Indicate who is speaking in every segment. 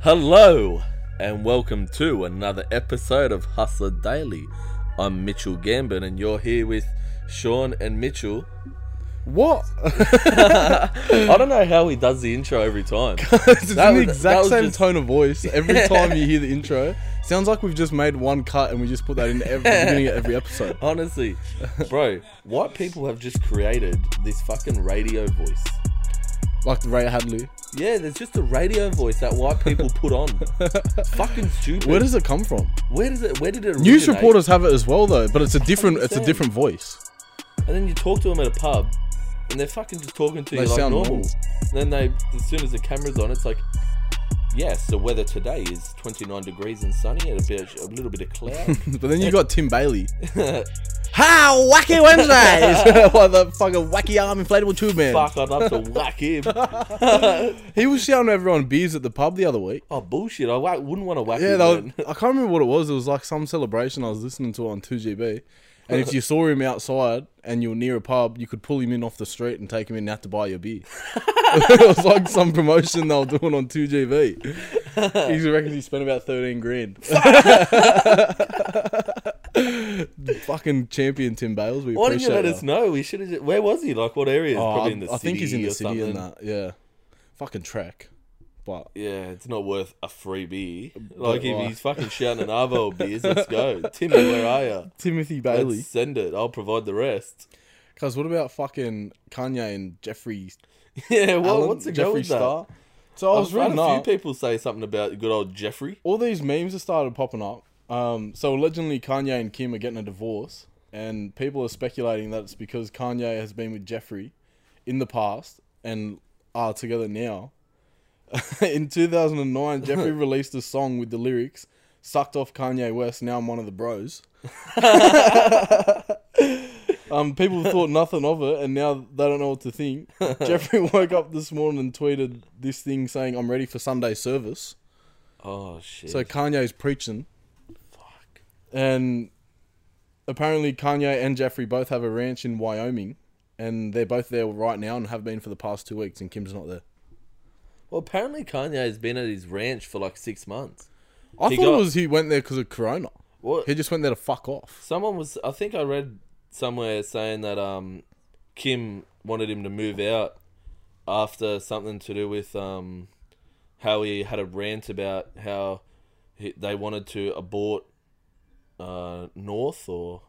Speaker 1: Hello and welcome to another episode of Hustler Daily. I'm Mitchell Gambon and you're here with Sean and Mitchell.
Speaker 2: What?
Speaker 1: I don't know how he does the intro every time.
Speaker 2: it's
Speaker 1: That
Speaker 2: in the
Speaker 1: was- that
Speaker 2: exact
Speaker 1: was
Speaker 2: same
Speaker 1: just-
Speaker 2: tone of voice every time you hear the intro. Sounds like we've just made one cut and we just put that in every the beginning of every episode.
Speaker 1: Honestly, bro, white people have just created this fucking radio voice.
Speaker 2: Like the Ray Hadley.
Speaker 1: Yeah, there's just a radio voice that white people put on. It's fucking stupid.
Speaker 2: Where does it come from?
Speaker 1: where does it? Where did it?
Speaker 2: News
Speaker 1: originate?
Speaker 2: reporters have it as well though, but it's a different it's a
Speaker 1: 100%.
Speaker 2: different voice.
Speaker 1: And then you talk to them at a pub, and they're fucking just talking to
Speaker 2: They
Speaker 1: you like
Speaker 2: sound
Speaker 1: normal.
Speaker 2: normal.
Speaker 1: And then they, as soon as the camera's on, it's like, yes, the weather today is 29 degrees and sunny, and a bit, a little bit of cloud.
Speaker 2: But then you got Tim Bailey. How wacky Wednesdays! like that fucking wacky arm inflatable tube man.
Speaker 1: Fuck, I'd love to whack him.
Speaker 2: He was shouting at everyone beers at the pub the other week.
Speaker 1: oh bullshit! I whack, wouldn't want to whack
Speaker 2: Yeah,
Speaker 1: him.
Speaker 2: they were,
Speaker 1: man.
Speaker 2: I can't remember what it was. It was like some celebration I was listening to on 2GB. And if you saw him outside and you were near a pub, you could pull him in off the street and take him in out to buy your beer. it was like some promotion they were doing on 2GB. He reckons he spent about 13 grand. Fucking champion Tim Bales. We
Speaker 1: Why didn't
Speaker 2: appreciate
Speaker 1: you let
Speaker 2: ya.
Speaker 1: us know? We should have. Where was he? Like, what area?
Speaker 2: Oh,
Speaker 1: Probably
Speaker 2: I,
Speaker 1: in the
Speaker 2: I
Speaker 1: city.
Speaker 2: think he's in
Speaker 1: or
Speaker 2: the city
Speaker 1: something.
Speaker 2: and that. Yeah. Fucking track. But
Speaker 1: Yeah, it's not worth a freebie. Like if
Speaker 2: why?
Speaker 1: he's fucking shouting an Arvo or beers, let's go. Timmy, where are ya?
Speaker 2: Timothy
Speaker 1: Let's send it. I'll provide the rest.
Speaker 2: Cause what about fucking Kanye and Jeffrey?
Speaker 1: Yeah, well,
Speaker 2: Allen,
Speaker 1: what's the go
Speaker 2: Jeffree
Speaker 1: with that?
Speaker 2: Star? So I was
Speaker 1: I've had
Speaker 2: reading
Speaker 1: a
Speaker 2: up.
Speaker 1: few people say something about good old Jeffrey.
Speaker 2: all these memes have started popping up. Um, so allegedly Kanye and Kim are getting a divorce, and people are speculating that it's because Kanye has been with Jeffrey in the past and are together now. in 2009, Jeffrey released a song with the lyrics "Sucked off Kanye West, now I'm one of the bros." um, people thought nothing of it, and now they don't know what to think. Jeffrey woke up this morning and tweeted this thing saying, "I'm ready for Sunday service."
Speaker 1: Oh shit.
Speaker 2: So Kanye's preaching. And apparently Kanye and Jeffrey both have a ranch in Wyoming and they're both there right now and have been for the past two weeks and Kim's not there.
Speaker 1: well, apparently Kanye has been at his ranch for like six months.
Speaker 2: I
Speaker 1: He
Speaker 2: thought
Speaker 1: got-
Speaker 2: it was he went there because of Corona.
Speaker 1: What?
Speaker 2: He just went there to fuck off.
Speaker 1: Someone was. I think I read somewhere saying that um, Kim wanted him to move out after something to do with um, how he had a rant about how he, they wanted to abort uh, North or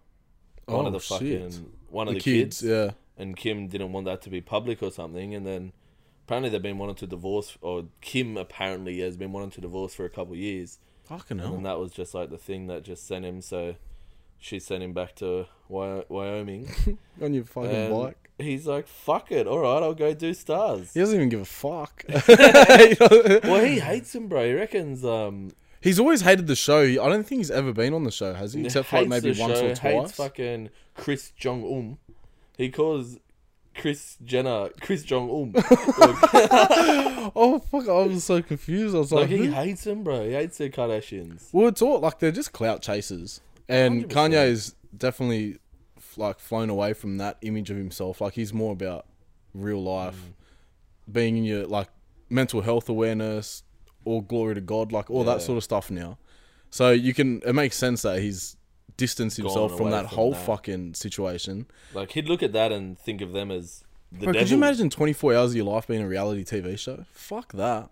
Speaker 1: one
Speaker 2: Oh,
Speaker 1: of the
Speaker 2: shit.
Speaker 1: fucking one of
Speaker 2: The,
Speaker 1: the,
Speaker 2: kids, yeah.
Speaker 1: and Kim didn't want that to be public or something, and then apparently they've been wanting to divorce, or Kim apparently has been wanting to divorce for a couple of years,
Speaker 2: Fucking
Speaker 1: and
Speaker 2: hell.
Speaker 1: that was just like the thing that just sent him. So she sent him back to Wy- Wyoming,
Speaker 2: On your fucking
Speaker 1: and
Speaker 2: bike.
Speaker 1: he's like, "Fuck it, all right, I'll go do stars."
Speaker 2: He doesn't even give a fuck. You know?
Speaker 1: Well, he hates him, bro. He reckons um,
Speaker 2: he's always hated the show. I don't think he's ever been on the show, has he? Except for like
Speaker 1: hates
Speaker 2: maybe
Speaker 1: the
Speaker 2: once
Speaker 1: show,
Speaker 2: or twice.
Speaker 1: Hates fucking Chris Jong Um. He calls Chris Jenner Chris Jong Um.
Speaker 2: oh fuck! I was so confused. I was
Speaker 1: Like
Speaker 2: like,
Speaker 1: he
Speaker 2: who
Speaker 1: hates him, bro. He hates the Kardashians.
Speaker 2: Well, it's all like they're just clout chasers,
Speaker 1: 100%.
Speaker 2: and Kanye's definitely f- like flown away from that image of himself. Like he's more about real life,
Speaker 1: Mm.
Speaker 2: being in your like mental health awareness, all glory to God, like all that
Speaker 1: Yeah.
Speaker 2: sort of stuff now. So you can it makes sense that he's distanced himself from
Speaker 1: away
Speaker 2: that
Speaker 1: from
Speaker 2: whole
Speaker 1: that.
Speaker 2: fucking situation.
Speaker 1: Like he'd look at that and think of them as the
Speaker 2: Bro,
Speaker 1: devil.
Speaker 2: could you imagine twenty four hours of your life being a reality TV show? Fuck that.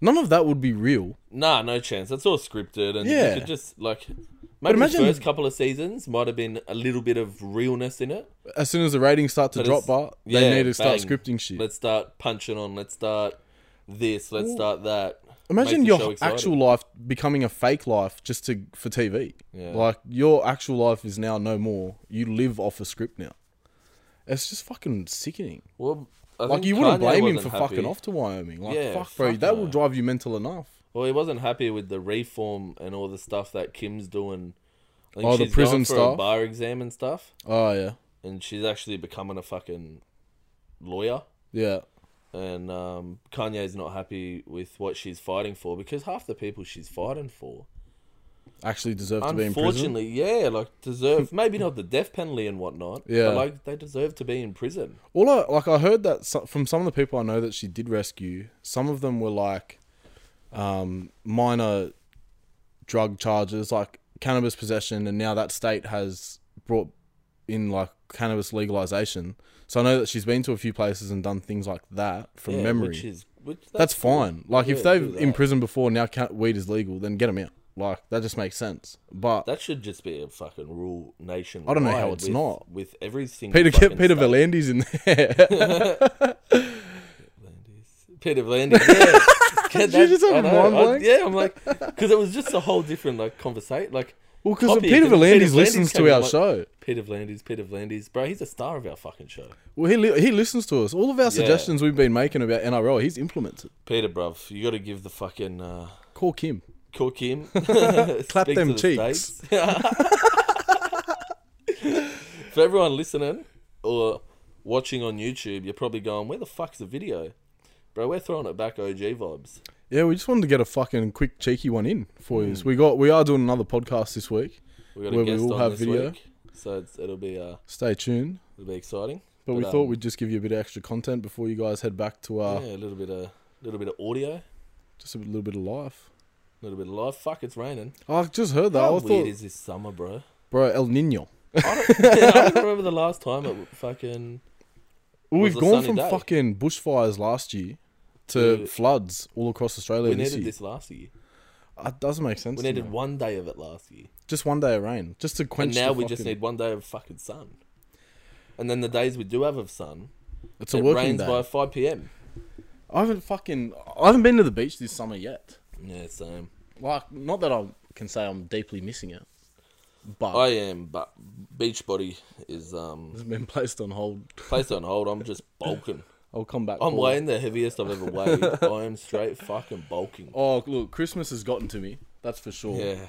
Speaker 2: None of that would be real.
Speaker 1: Nah, no chance. That's all scripted, and
Speaker 2: Yeah.
Speaker 1: you could just like maybe
Speaker 2: imagine-
Speaker 1: the first couple of seasons might have been a little bit of realness in it.
Speaker 2: As soon as the ratings start to
Speaker 1: But
Speaker 2: drop,
Speaker 1: it's-
Speaker 2: bar, they
Speaker 1: yeah,
Speaker 2: need to start
Speaker 1: bang.
Speaker 2: scripting shit.
Speaker 1: Let's start punching on. Let's start this. Let's start that.
Speaker 2: Imagine
Speaker 1: Makes the show
Speaker 2: your
Speaker 1: exciting.
Speaker 2: actual life becoming a fake life just to for TV.
Speaker 1: Yeah.
Speaker 2: Like your actual life is now no more. You live off a script now. It's just fucking sickening.
Speaker 1: Well, I
Speaker 2: Like
Speaker 1: think
Speaker 2: you wouldn't
Speaker 1: Kanye
Speaker 2: blame him
Speaker 1: wasn't
Speaker 2: for
Speaker 1: happy.
Speaker 2: fucking off to Wyoming. Like
Speaker 1: Yeah,
Speaker 2: fuck, bro,
Speaker 1: fuck
Speaker 2: that will
Speaker 1: no.
Speaker 2: drive you mental enough.
Speaker 1: Well, he wasn't happy with the reform and all the stuff that Kim's doing. I think
Speaker 2: Oh, the
Speaker 1: she's going
Speaker 2: prison
Speaker 1: for
Speaker 2: stuff?
Speaker 1: a bar exam and stuff,
Speaker 2: Oh yeah,
Speaker 1: and she's actually becoming a fucking lawyer.
Speaker 2: yeah.
Speaker 1: and um, Kanye's not happy with what she's fighting for because half the people she's fighting for,
Speaker 2: Actually deserve to be in prison.
Speaker 1: unfortunately, yeah, like deserve maybe not the death penalty and whatnot,
Speaker 2: Yeah.
Speaker 1: but like they deserve to be in prison.
Speaker 2: All I like, I heard that so- from some of the people I know that she did rescue. Some of them were like, um, minor drug charges like cannabis possession, and now that state has brought in like cannabis legalization. So I know that she's been to a few places and done things like that from
Speaker 1: Yeah,
Speaker 2: memory.
Speaker 1: Which is, which
Speaker 2: that's fine. Like if
Speaker 1: Yeah, do
Speaker 2: they've
Speaker 1: that.
Speaker 2: imprisoned before, now can weed is legal, then get them out. Like that just makes sense. But
Speaker 1: That should just be a fucking rule nation.
Speaker 2: I don't know how it's
Speaker 1: with,
Speaker 2: not.
Speaker 1: with everything.
Speaker 2: Peter Peter Valandy's in there.
Speaker 1: Peter Vlandis. Yeah. Get
Speaker 2: Did you just have
Speaker 1: I
Speaker 2: a mind
Speaker 1: I-
Speaker 2: blank?
Speaker 1: yeah, I'm like, because it was just a whole different like conversation. Like
Speaker 2: well, because
Speaker 1: Copy it,
Speaker 2: Peter
Speaker 1: 'cause Peter
Speaker 2: Valandy's
Speaker 1: Vlandis
Speaker 2: listens
Speaker 1: came
Speaker 2: to our
Speaker 1: on-
Speaker 2: show.
Speaker 1: Peter Vlandis, Peter Vlandis, bro, he's a star of our fucking show.
Speaker 2: Well, he li- he listens to us. All of our suggestions we've been making about NRL, he's implemented.
Speaker 1: Peter, bruv, you got to give the fucking uh,
Speaker 2: Call Kim.
Speaker 1: cook him.
Speaker 2: Clap them cheeks.
Speaker 1: For everyone listening or watching on YouTube, you're probably going, "Where the fuck's the video, bro?" We're throwing it back, OG vibes.
Speaker 2: Yeah, we just wanted to get a fucking quick cheeky one in for
Speaker 1: Hmm.
Speaker 2: you. We got we are doing another podcast this week.
Speaker 1: We got a
Speaker 2: Where we
Speaker 1: guest
Speaker 2: will
Speaker 1: on
Speaker 2: have
Speaker 1: this
Speaker 2: video.
Speaker 1: week, so it's, it'll be uh,
Speaker 2: Stay tuned.
Speaker 1: it'll be exciting.
Speaker 2: But, we
Speaker 1: But,
Speaker 2: thought
Speaker 1: um,
Speaker 2: we'd just give you a bit of extra content before you guys head back to uh,
Speaker 1: yeah, a little bit of little bit of audio, a
Speaker 2: just a little bit of life.
Speaker 1: little bit of life. Fuck, it's raining.
Speaker 2: I just heard that.
Speaker 1: How
Speaker 2: Oh, I
Speaker 1: weird
Speaker 2: thought,
Speaker 1: is this summer, bro?
Speaker 2: bro, El Nino.
Speaker 1: I don't remember the last time it fucking.
Speaker 2: Well,
Speaker 1: was
Speaker 2: we've
Speaker 1: a
Speaker 2: gone
Speaker 1: sunny
Speaker 2: from
Speaker 1: day.
Speaker 2: fucking bushfires last year to
Speaker 1: To-
Speaker 2: floods all across Australia
Speaker 1: We
Speaker 2: this
Speaker 1: needed
Speaker 2: year.
Speaker 1: this last year.
Speaker 2: That doesn't make sense.
Speaker 1: We
Speaker 2: to
Speaker 1: needed
Speaker 2: me.
Speaker 1: one day of it last year.
Speaker 2: just one day of rain, just to quench.
Speaker 1: and now
Speaker 2: the
Speaker 1: we just
Speaker 2: fucking-
Speaker 1: need one day of fucking sun. And then the days we do have of sun,
Speaker 2: It's a
Speaker 1: it
Speaker 2: working
Speaker 1: rains
Speaker 2: day.
Speaker 1: by 5 p.m.
Speaker 2: I haven't fucking. I haven't been to the beach this summer yet.
Speaker 1: Yeah, same.
Speaker 2: Like, not that I can say I'm deeply missing it, but
Speaker 1: I am, but Beachbody is um
Speaker 2: it's been placed on hold.
Speaker 1: placed on hold. I'm just bulking.
Speaker 2: I'll come back.
Speaker 1: I'm
Speaker 2: for it.
Speaker 1: weighing the heaviest I've ever weighed. I am straight fucking bulking.
Speaker 2: Oh look, Christmas has gotten to me. That's for sure.
Speaker 1: Yeah,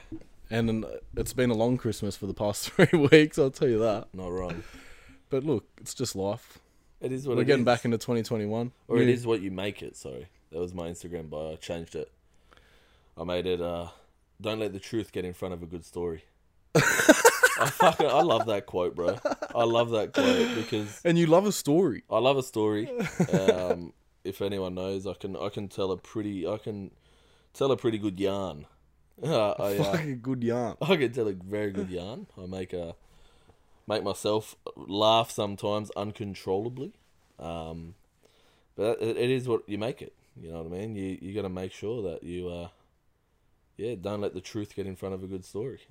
Speaker 2: And then uh, it's been a long Christmas for the past three weeks. I'll tell you that.
Speaker 1: not wrong. but
Speaker 2: But look, it's just life.
Speaker 1: it is what
Speaker 2: We're
Speaker 1: it
Speaker 2: getting
Speaker 1: is.
Speaker 2: back into 2021.
Speaker 1: or it
Speaker 2: New-
Speaker 1: is what you make it. Sorry, that was my Instagram bio. I changed it. I made it. uh Don't let the truth get in front of a good story. I fucking I love that quote, bro. I love that quote because
Speaker 2: And you love a story.
Speaker 1: I love a story. Um, if anyone knows, I can I can tell a pretty I can tell a pretty good yarn. Uh, I, uh,
Speaker 2: Like a good yarn.
Speaker 1: I can tell a very good yarn. I make a make myself laugh sometimes uncontrollably, um, but it, it is what you make it. You know what I mean? You you got to make sure that you uh, yeah, don't let the truth get in front of a good story.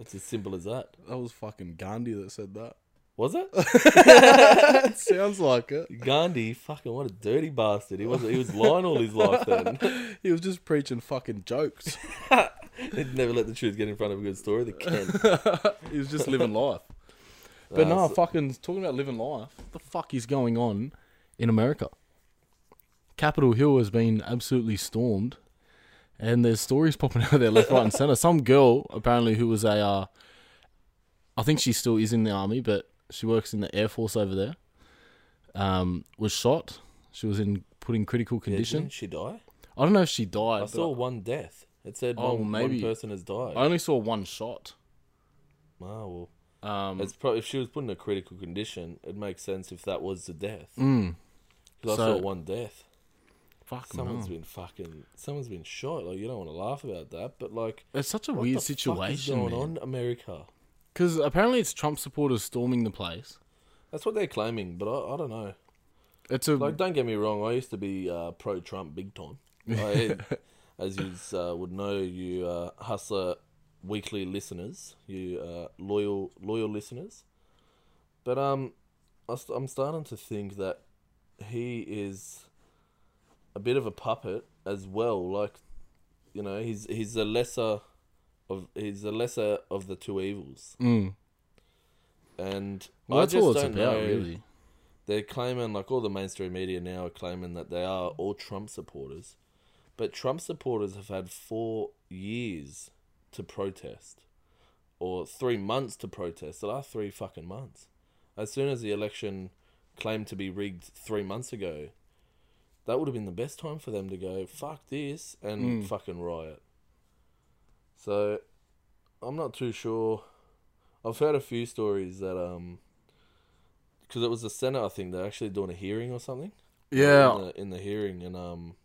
Speaker 1: It's as simple as that.
Speaker 2: That was fucking Gandhi that said that.
Speaker 1: Was it
Speaker 2: It sounds like it.
Speaker 1: Gandhi? Fucking what a dirty bastard! He was he was lying all his life. Then
Speaker 2: He was just preaching fucking jokes.
Speaker 1: he'd never let the truth get in front of a good story. The Ken.
Speaker 2: he was just living life. But no, fucking talking about living life. What the fuck is going on in America? Capitol Hill has been absolutely stormed, and there's stories popping out there left, right, and center. Some girl apparently who was a, uh, I think she still is in the army, but she works in the air force over there. Um, was shot. She was in put in critical condition.
Speaker 1: Didn't she die?
Speaker 2: I don't know if she died.
Speaker 1: I
Speaker 2: but
Speaker 1: saw one death. It said
Speaker 2: Oh,
Speaker 1: one one
Speaker 2: maybe.
Speaker 1: person has died.
Speaker 2: I only saw one shot.
Speaker 1: Ah, well,
Speaker 2: Um,
Speaker 1: it's probably if she was put in a critical condition, it makes sense if that was the death.
Speaker 2: mm,
Speaker 1: Because I
Speaker 2: So-
Speaker 1: saw one death.
Speaker 2: fuck
Speaker 1: Someone's
Speaker 2: no.
Speaker 1: been fucking. Someone's been shot. Like you don't want to laugh about that, but like
Speaker 2: It's such a
Speaker 1: what
Speaker 2: weird
Speaker 1: the fuck is
Speaker 2: situation.
Speaker 1: going
Speaker 2: man.
Speaker 1: on, America.
Speaker 2: Because apparently it's Trump supporters storming the place.
Speaker 1: That's what they're claiming, but I, I don't know.
Speaker 2: It's a
Speaker 1: Like, don't get me wrong. I used to be uh, pro Trump big time. I, as you uh, would know, you uh, hustler weekly listeners, you uh, loyal loyal listeners. But um, I st- I'm starting to think that he is a bit of a puppet as well. Like, you know, he's he's the lesser of he's the lesser of the two evils,
Speaker 2: mm.
Speaker 1: and
Speaker 2: well,
Speaker 1: I
Speaker 2: that's
Speaker 1: just
Speaker 2: all it's
Speaker 1: don't
Speaker 2: about,
Speaker 1: know
Speaker 2: really.
Speaker 1: they're claiming like all the mainstream media now are claiming that they are all Trump supporters, but Trump supporters have had four years to protest, or three months to protest. That are three fucking months. As soon as the election claimed to be rigged three months ago, that would have been the best time for them to go fuck this and fucking riot. So, I'm not too sure. I've heard a few stories that um because it was the Senate, I think they're actually doing a hearing or something.
Speaker 2: Yeah,
Speaker 1: In the, in the hearing, and um,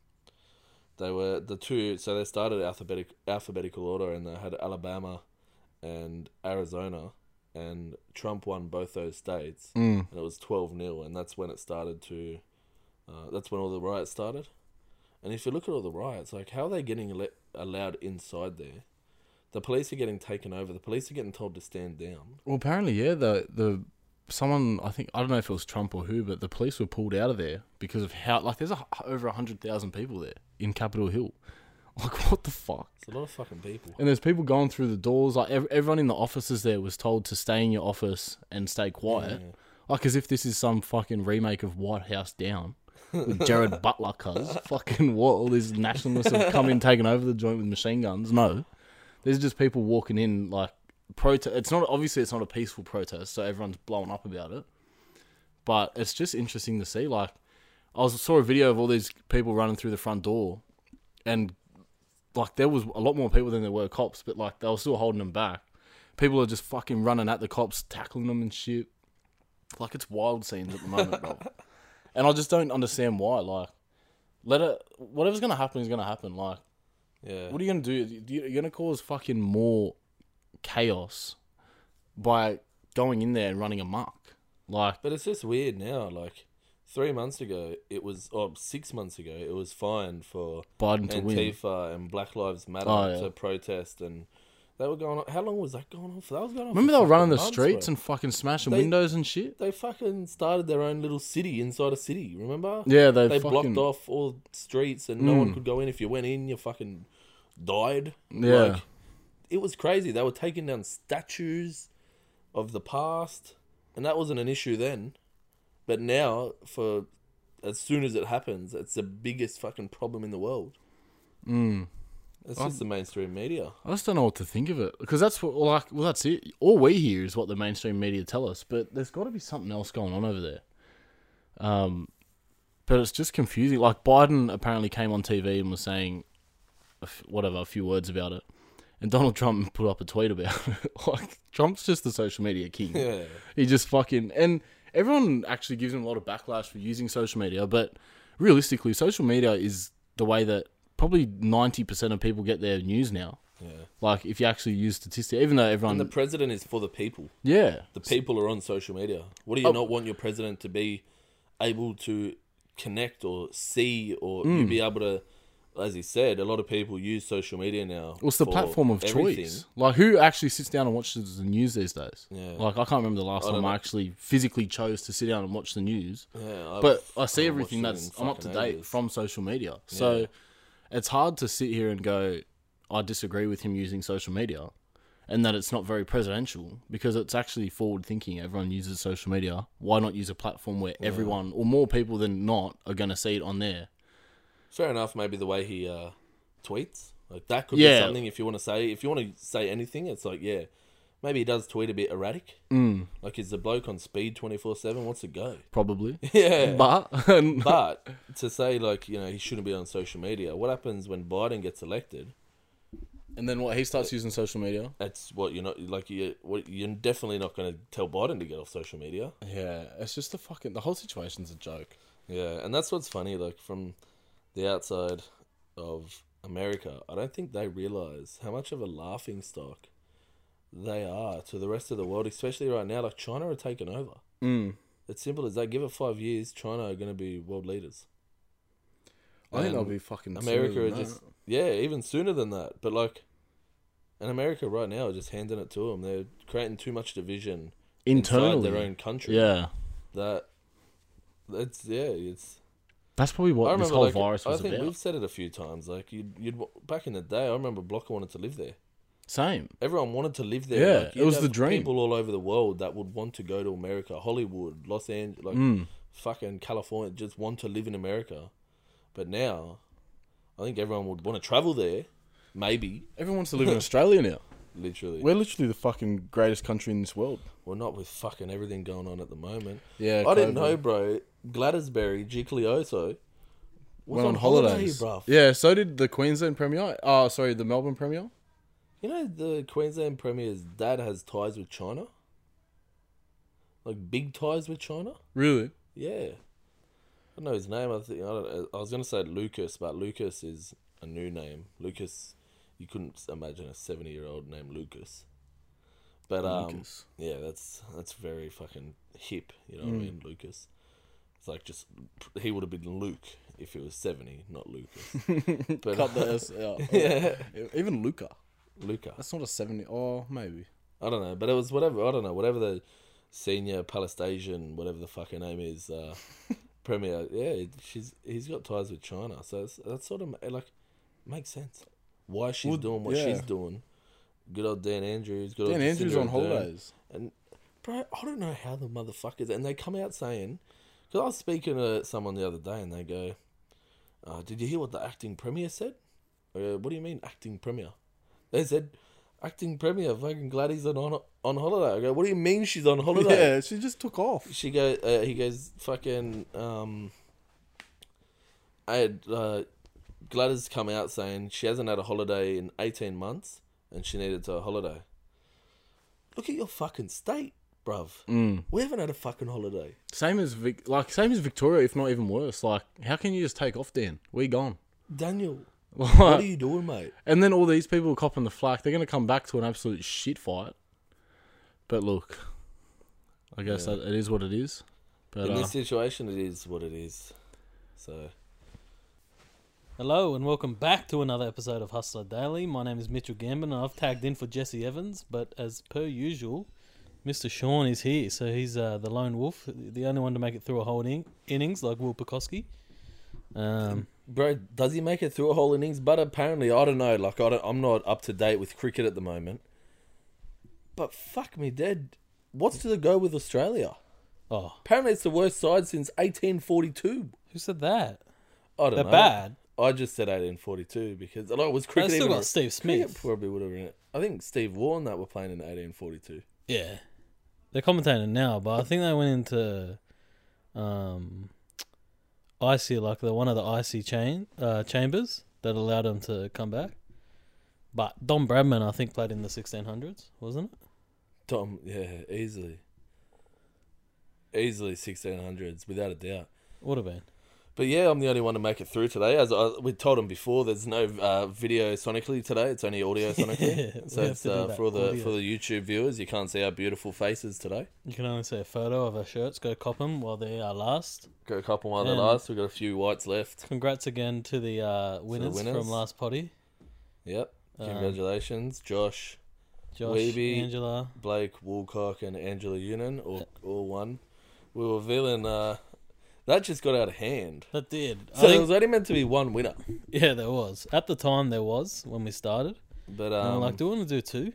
Speaker 1: They were the two, so they started alphabetic alphabetical order, and they had Alabama and Arizona, and Trump won both those states,
Speaker 2: Mm.
Speaker 1: and it was twelve 0 and that's when it started to, uh, that's when all the riots started, and if you look at all the riots, like how are they getting ele- allowed inside there? The police are getting taken over. The police are getting told to stand down.
Speaker 2: Well, apparently, yeah, the the someone I think I don't know if it was Trump or who, but the police were pulled out of there because of how like there's a, over hundred thousand people there in Capitol Hill. Like what the fuck?
Speaker 1: It's a lot of fucking people.
Speaker 2: And there's people going through the doors. Like ev- everyone in the offices there was told to stay in your office and stay quiet. Like as if this is some fucking remake of White House Down with Jared Butler. Cuz fucking what? All these nationalists have come in, taken over the joint with machine guns. No, there's just people walking in like protest. It's not obviously it's not a peaceful protest, so everyone's blown up about it. But it's just interesting to see. Like I was, saw a video of all these people running through the front door, and like there was a lot more people than there were cops, but like they were still holding them back. People are just fucking running at the cops, tackling them and shit. Like it's wild scenes at the moment, bro. And I just don't understand why. Like, let it. Whatever's gonna happen is gonna happen. Like,
Speaker 1: Yeah.
Speaker 2: what are you gonna do? You- You're gonna cause fucking more chaos by going in there and running amok. Like,
Speaker 1: But it's just weird now. Like three months ago, it was or six months ago, it was fine for
Speaker 2: Biden to win.
Speaker 1: Antifa and Black Lives Matter
Speaker 2: Oh, yeah.
Speaker 1: to protest, and they were going on. How long was that going on for? That was going on.
Speaker 2: Remember they were running the streets
Speaker 1: and
Speaker 2: and fucking smashing
Speaker 1: They-
Speaker 2: windows and shit.
Speaker 1: they fucking started their own little city inside a city. Remember?
Speaker 2: Yeah, they,
Speaker 1: They
Speaker 2: fucking,
Speaker 1: blocked off all streets, and no one could go in. If you went in, you fucking died.
Speaker 2: Yeah.
Speaker 1: it was crazy. They were taking down statues of the past, and that wasn't an issue then. But now, for as soon as it happens, it's the biggest fucking problem in the world. Mm. It's just the mainstream media.
Speaker 2: I just don't know what to think of it because that's what like well that's it. All we hear is what the mainstream media tell us, but there's got to be something else going on over there. Um, but it's just confusing. Like Biden apparently came on TV and was saying a f- whatever a few words about it, and Donald Trump put up a tweet about it. like Trump's just the social media king.
Speaker 1: Yeah.
Speaker 2: He just fucking and everyone actually gives him a lot of backlash for using social media, but realistically, social media is the way that probably ninety percent of people get their news now.
Speaker 1: Yeah.
Speaker 2: Like if you actually use statistics, even though everyone,
Speaker 1: And the president is for the people.
Speaker 2: yeah,
Speaker 1: The people are on social media. What
Speaker 2: Oh.
Speaker 1: do you not want your president to be able to connect or see or
Speaker 2: Hmm.
Speaker 1: you be able to? As he said, a lot of people use social media now.
Speaker 2: what's the
Speaker 1: for
Speaker 2: platform of
Speaker 1: everything.
Speaker 2: choice? Like who actually sits down and watches the news these days?
Speaker 1: Yeah.
Speaker 2: Like I can't remember the last
Speaker 1: don't
Speaker 2: time I
Speaker 1: know.
Speaker 2: actually physically chose to sit down and watch the news.
Speaker 1: Yeah, I've-
Speaker 2: but I see
Speaker 1: I've
Speaker 2: everything
Speaker 1: watched it
Speaker 2: that's
Speaker 1: in
Speaker 2: I'm up to
Speaker 1: fucking
Speaker 2: date
Speaker 1: ages.
Speaker 2: from social media. So
Speaker 1: Yeah.
Speaker 2: it's hard to sit here and go, I disagree with him using social media, and that it's not very presidential because it's actually forward thinking. Everyone uses social media. Why not use a platform where everyone or more people than not are going to see it on there?
Speaker 1: Fair enough. Maybe the way he uh, tweets, like that could
Speaker 2: Yeah.
Speaker 1: be something. If you want to say, if you want to say anything, it's like yeah, maybe he does tweet a bit erratic.
Speaker 2: Hmm.
Speaker 1: Mm. Like is the bloke on speed twenty four seven? What's it go?
Speaker 2: Probably,
Speaker 1: Yeah.
Speaker 2: but
Speaker 1: But to say like you know he shouldn't be on social media. What happens when Biden gets elected?
Speaker 2: and then what he starts using social media.
Speaker 1: That's what you're not like. You what you're definitely not going to tell Biden to get off social media.
Speaker 2: Yeah, it's just the fucking the whole situation's a joke.
Speaker 1: Yeah, and that's what's funny. Like from the outside of America, I don't think they realize how much of a laughing stock they are to the rest of the world, especially right now. Like China are taking over.
Speaker 2: Mm.
Speaker 1: It's simple as that. Give it five years, China are going to be world leaders.
Speaker 2: I think that'll
Speaker 1: And
Speaker 2: be fucking sooner
Speaker 1: America
Speaker 2: than
Speaker 1: are
Speaker 2: that.
Speaker 1: just yeah, even sooner than that. But like, and America right now are just handing it to them. They're creating too much division
Speaker 2: internally.
Speaker 1: inside their own country.
Speaker 2: yeah,
Speaker 1: that that's yeah, it's
Speaker 2: that's probably what this whole virus was
Speaker 1: I think
Speaker 2: about.
Speaker 1: we've said it a few times. Like you'd, you'd wa- back in the day, I remember Blocker wanted to live there.
Speaker 2: Same.
Speaker 1: Everyone wanted to live there.
Speaker 2: Yeah,
Speaker 1: like,
Speaker 2: it
Speaker 1: you'd
Speaker 2: was the
Speaker 1: have
Speaker 2: dream.
Speaker 1: People all over the world that would want to go to America, Hollywood, Los Angeles, like
Speaker 2: Hmm.
Speaker 1: fucking California, just want to live in America. But now, I think everyone would want to travel there. Maybe,
Speaker 2: Everyone wants to live in Australia now.
Speaker 1: literally.
Speaker 2: We're literally the fucking greatest country in this world.
Speaker 1: Well, not with fucking everything going on at the moment.
Speaker 2: Yeah,
Speaker 1: I didn't
Speaker 2: COVID.
Speaker 1: know, bro. Gladysberry Giglioso was
Speaker 2: Went
Speaker 1: on, holidays, bro.
Speaker 2: Yeah, so did the Queensland Premier. Oh, sorry, the Melbourne Premier.
Speaker 1: You know, the Queensland Premier's dad has ties with China? Like, big ties with China?
Speaker 2: Really?
Speaker 1: Yeah. I don't know his name. I, think, I, don't, I was going to say Lucas, but Lucas is a new name. Lucas, you couldn't imagine a seventy-year-old named Lucas. But um,
Speaker 2: Lucas.
Speaker 1: yeah, that's that's very fucking hip. You know what I mean, Lucas. It's like just he would have been Luke if he was seventy, not Lucas. but
Speaker 2: Cut the S out.
Speaker 1: yeah,
Speaker 2: Even Luca.
Speaker 1: Luca.
Speaker 2: That's not a 70. Oh, maybe.
Speaker 1: I don't know, but it was whatever. I don't know, whatever the senior Palestasian, whatever the fucking name is, uh, premier. Yeah, she's he's got ties with China, so it's, that sort of like makes sense. Why she's
Speaker 2: Well,
Speaker 1: doing what she's
Speaker 2: yeah.
Speaker 1: doing. Good old Dan Andrews. Good
Speaker 2: Dan
Speaker 1: old
Speaker 2: Andrews
Speaker 1: Jacinda
Speaker 2: on
Speaker 1: Ardern.
Speaker 2: holidays.
Speaker 1: And bro, I don't know how the motherfuckers and they come out saying. Because I was speaking to someone the other day, and they go, uh, "Did you hear what the acting premier said?" I go, "What do you mean acting premier?" They said, "Acting premier, fucking glad he's on on, on holiday." I go, "What do you mean she's on holiday?"
Speaker 2: Yeah, she just took off.
Speaker 1: She go, uh, he goes, "Fucking." Um, I had uh, Gladys come out saying she hasn't had a holiday in eighteen months, and she needed a holiday. Look at your fucking state, bruv. We haven't had a fucking holiday.
Speaker 2: Same as Vic, like same as Victoria, if not even worse. Like, how can you just take off, Dan? We gone.
Speaker 1: Daniel, what are
Speaker 2: Like,
Speaker 1: you doing, mate?
Speaker 2: and then all these people copping the flack. They're gonna come back to an absolute shit fight. But look, I guess that it is what it is. But
Speaker 1: In
Speaker 2: uh,
Speaker 1: this situation, it is what it is. So,
Speaker 3: Hello and welcome back to another episode of Hustler Daily. My name is Mitchell Gambin and I've tagged in for Jesse Evans, but as per usual, Mr. Sean is here, so he's uh, the lone wolf, the only one to make it through a whole in- innings like Will Pekoski. Um,
Speaker 1: bro, does he make it through a whole innings? But apparently, I don't know. Like, I don't, I'm not up to date with cricket at the moment. But fuck me dead. What's to the go with Australia?
Speaker 3: oh,
Speaker 1: Apparently, it's the worst side since 1842.
Speaker 3: who said that?
Speaker 1: I don't
Speaker 3: They're
Speaker 1: know.
Speaker 3: bad.
Speaker 1: I just said 1842 because like, was cricket
Speaker 3: still
Speaker 1: even
Speaker 3: got Steve
Speaker 1: cricket
Speaker 3: Smith.
Speaker 1: probably would have been it. I think Steve Warren that were playing in 1842.
Speaker 3: Yeah. They're commentating now, but I think they went into um icy like the one of the icy chain uh chambers that allowed them to come back. But Don Bradman I think played in the 1600s, wasn't it?
Speaker 1: Tom, yeah, easily, easily 1600s without a doubt.
Speaker 3: Would have been.
Speaker 1: But yeah, I'm the only one to make it through today. As I, we told him before, there's no uh, video sonically today. It's only audio sonically.
Speaker 3: Yeah,
Speaker 1: so
Speaker 3: we have
Speaker 1: it's
Speaker 3: to do
Speaker 1: uh,
Speaker 3: that
Speaker 1: for the
Speaker 3: audio.
Speaker 1: for the YouTube viewers, you can't see our beautiful faces today.
Speaker 3: You can only see a photo of our shirts. Go cop 'em while they are last.
Speaker 1: Got a couple while they
Speaker 3: And-
Speaker 1: last. We've got a few whites left.
Speaker 3: Congrats again to the uh, winners,
Speaker 1: winners.
Speaker 3: from last potty.
Speaker 1: Yep.
Speaker 3: Um,
Speaker 1: Congratulations, Josh,
Speaker 3: Josh,
Speaker 1: Weeby.
Speaker 3: Angela.
Speaker 1: Blake, Woolcock, and Angela Unan, or all one. We were villain. Uh, that just got out of hand.
Speaker 3: That did.
Speaker 1: So
Speaker 3: I
Speaker 1: there
Speaker 3: think,
Speaker 1: was only meant to be one winner,
Speaker 3: yeah, there was. At the time, there was when we started.
Speaker 1: but
Speaker 3: And
Speaker 1: um,
Speaker 3: we're like, do we want to do two?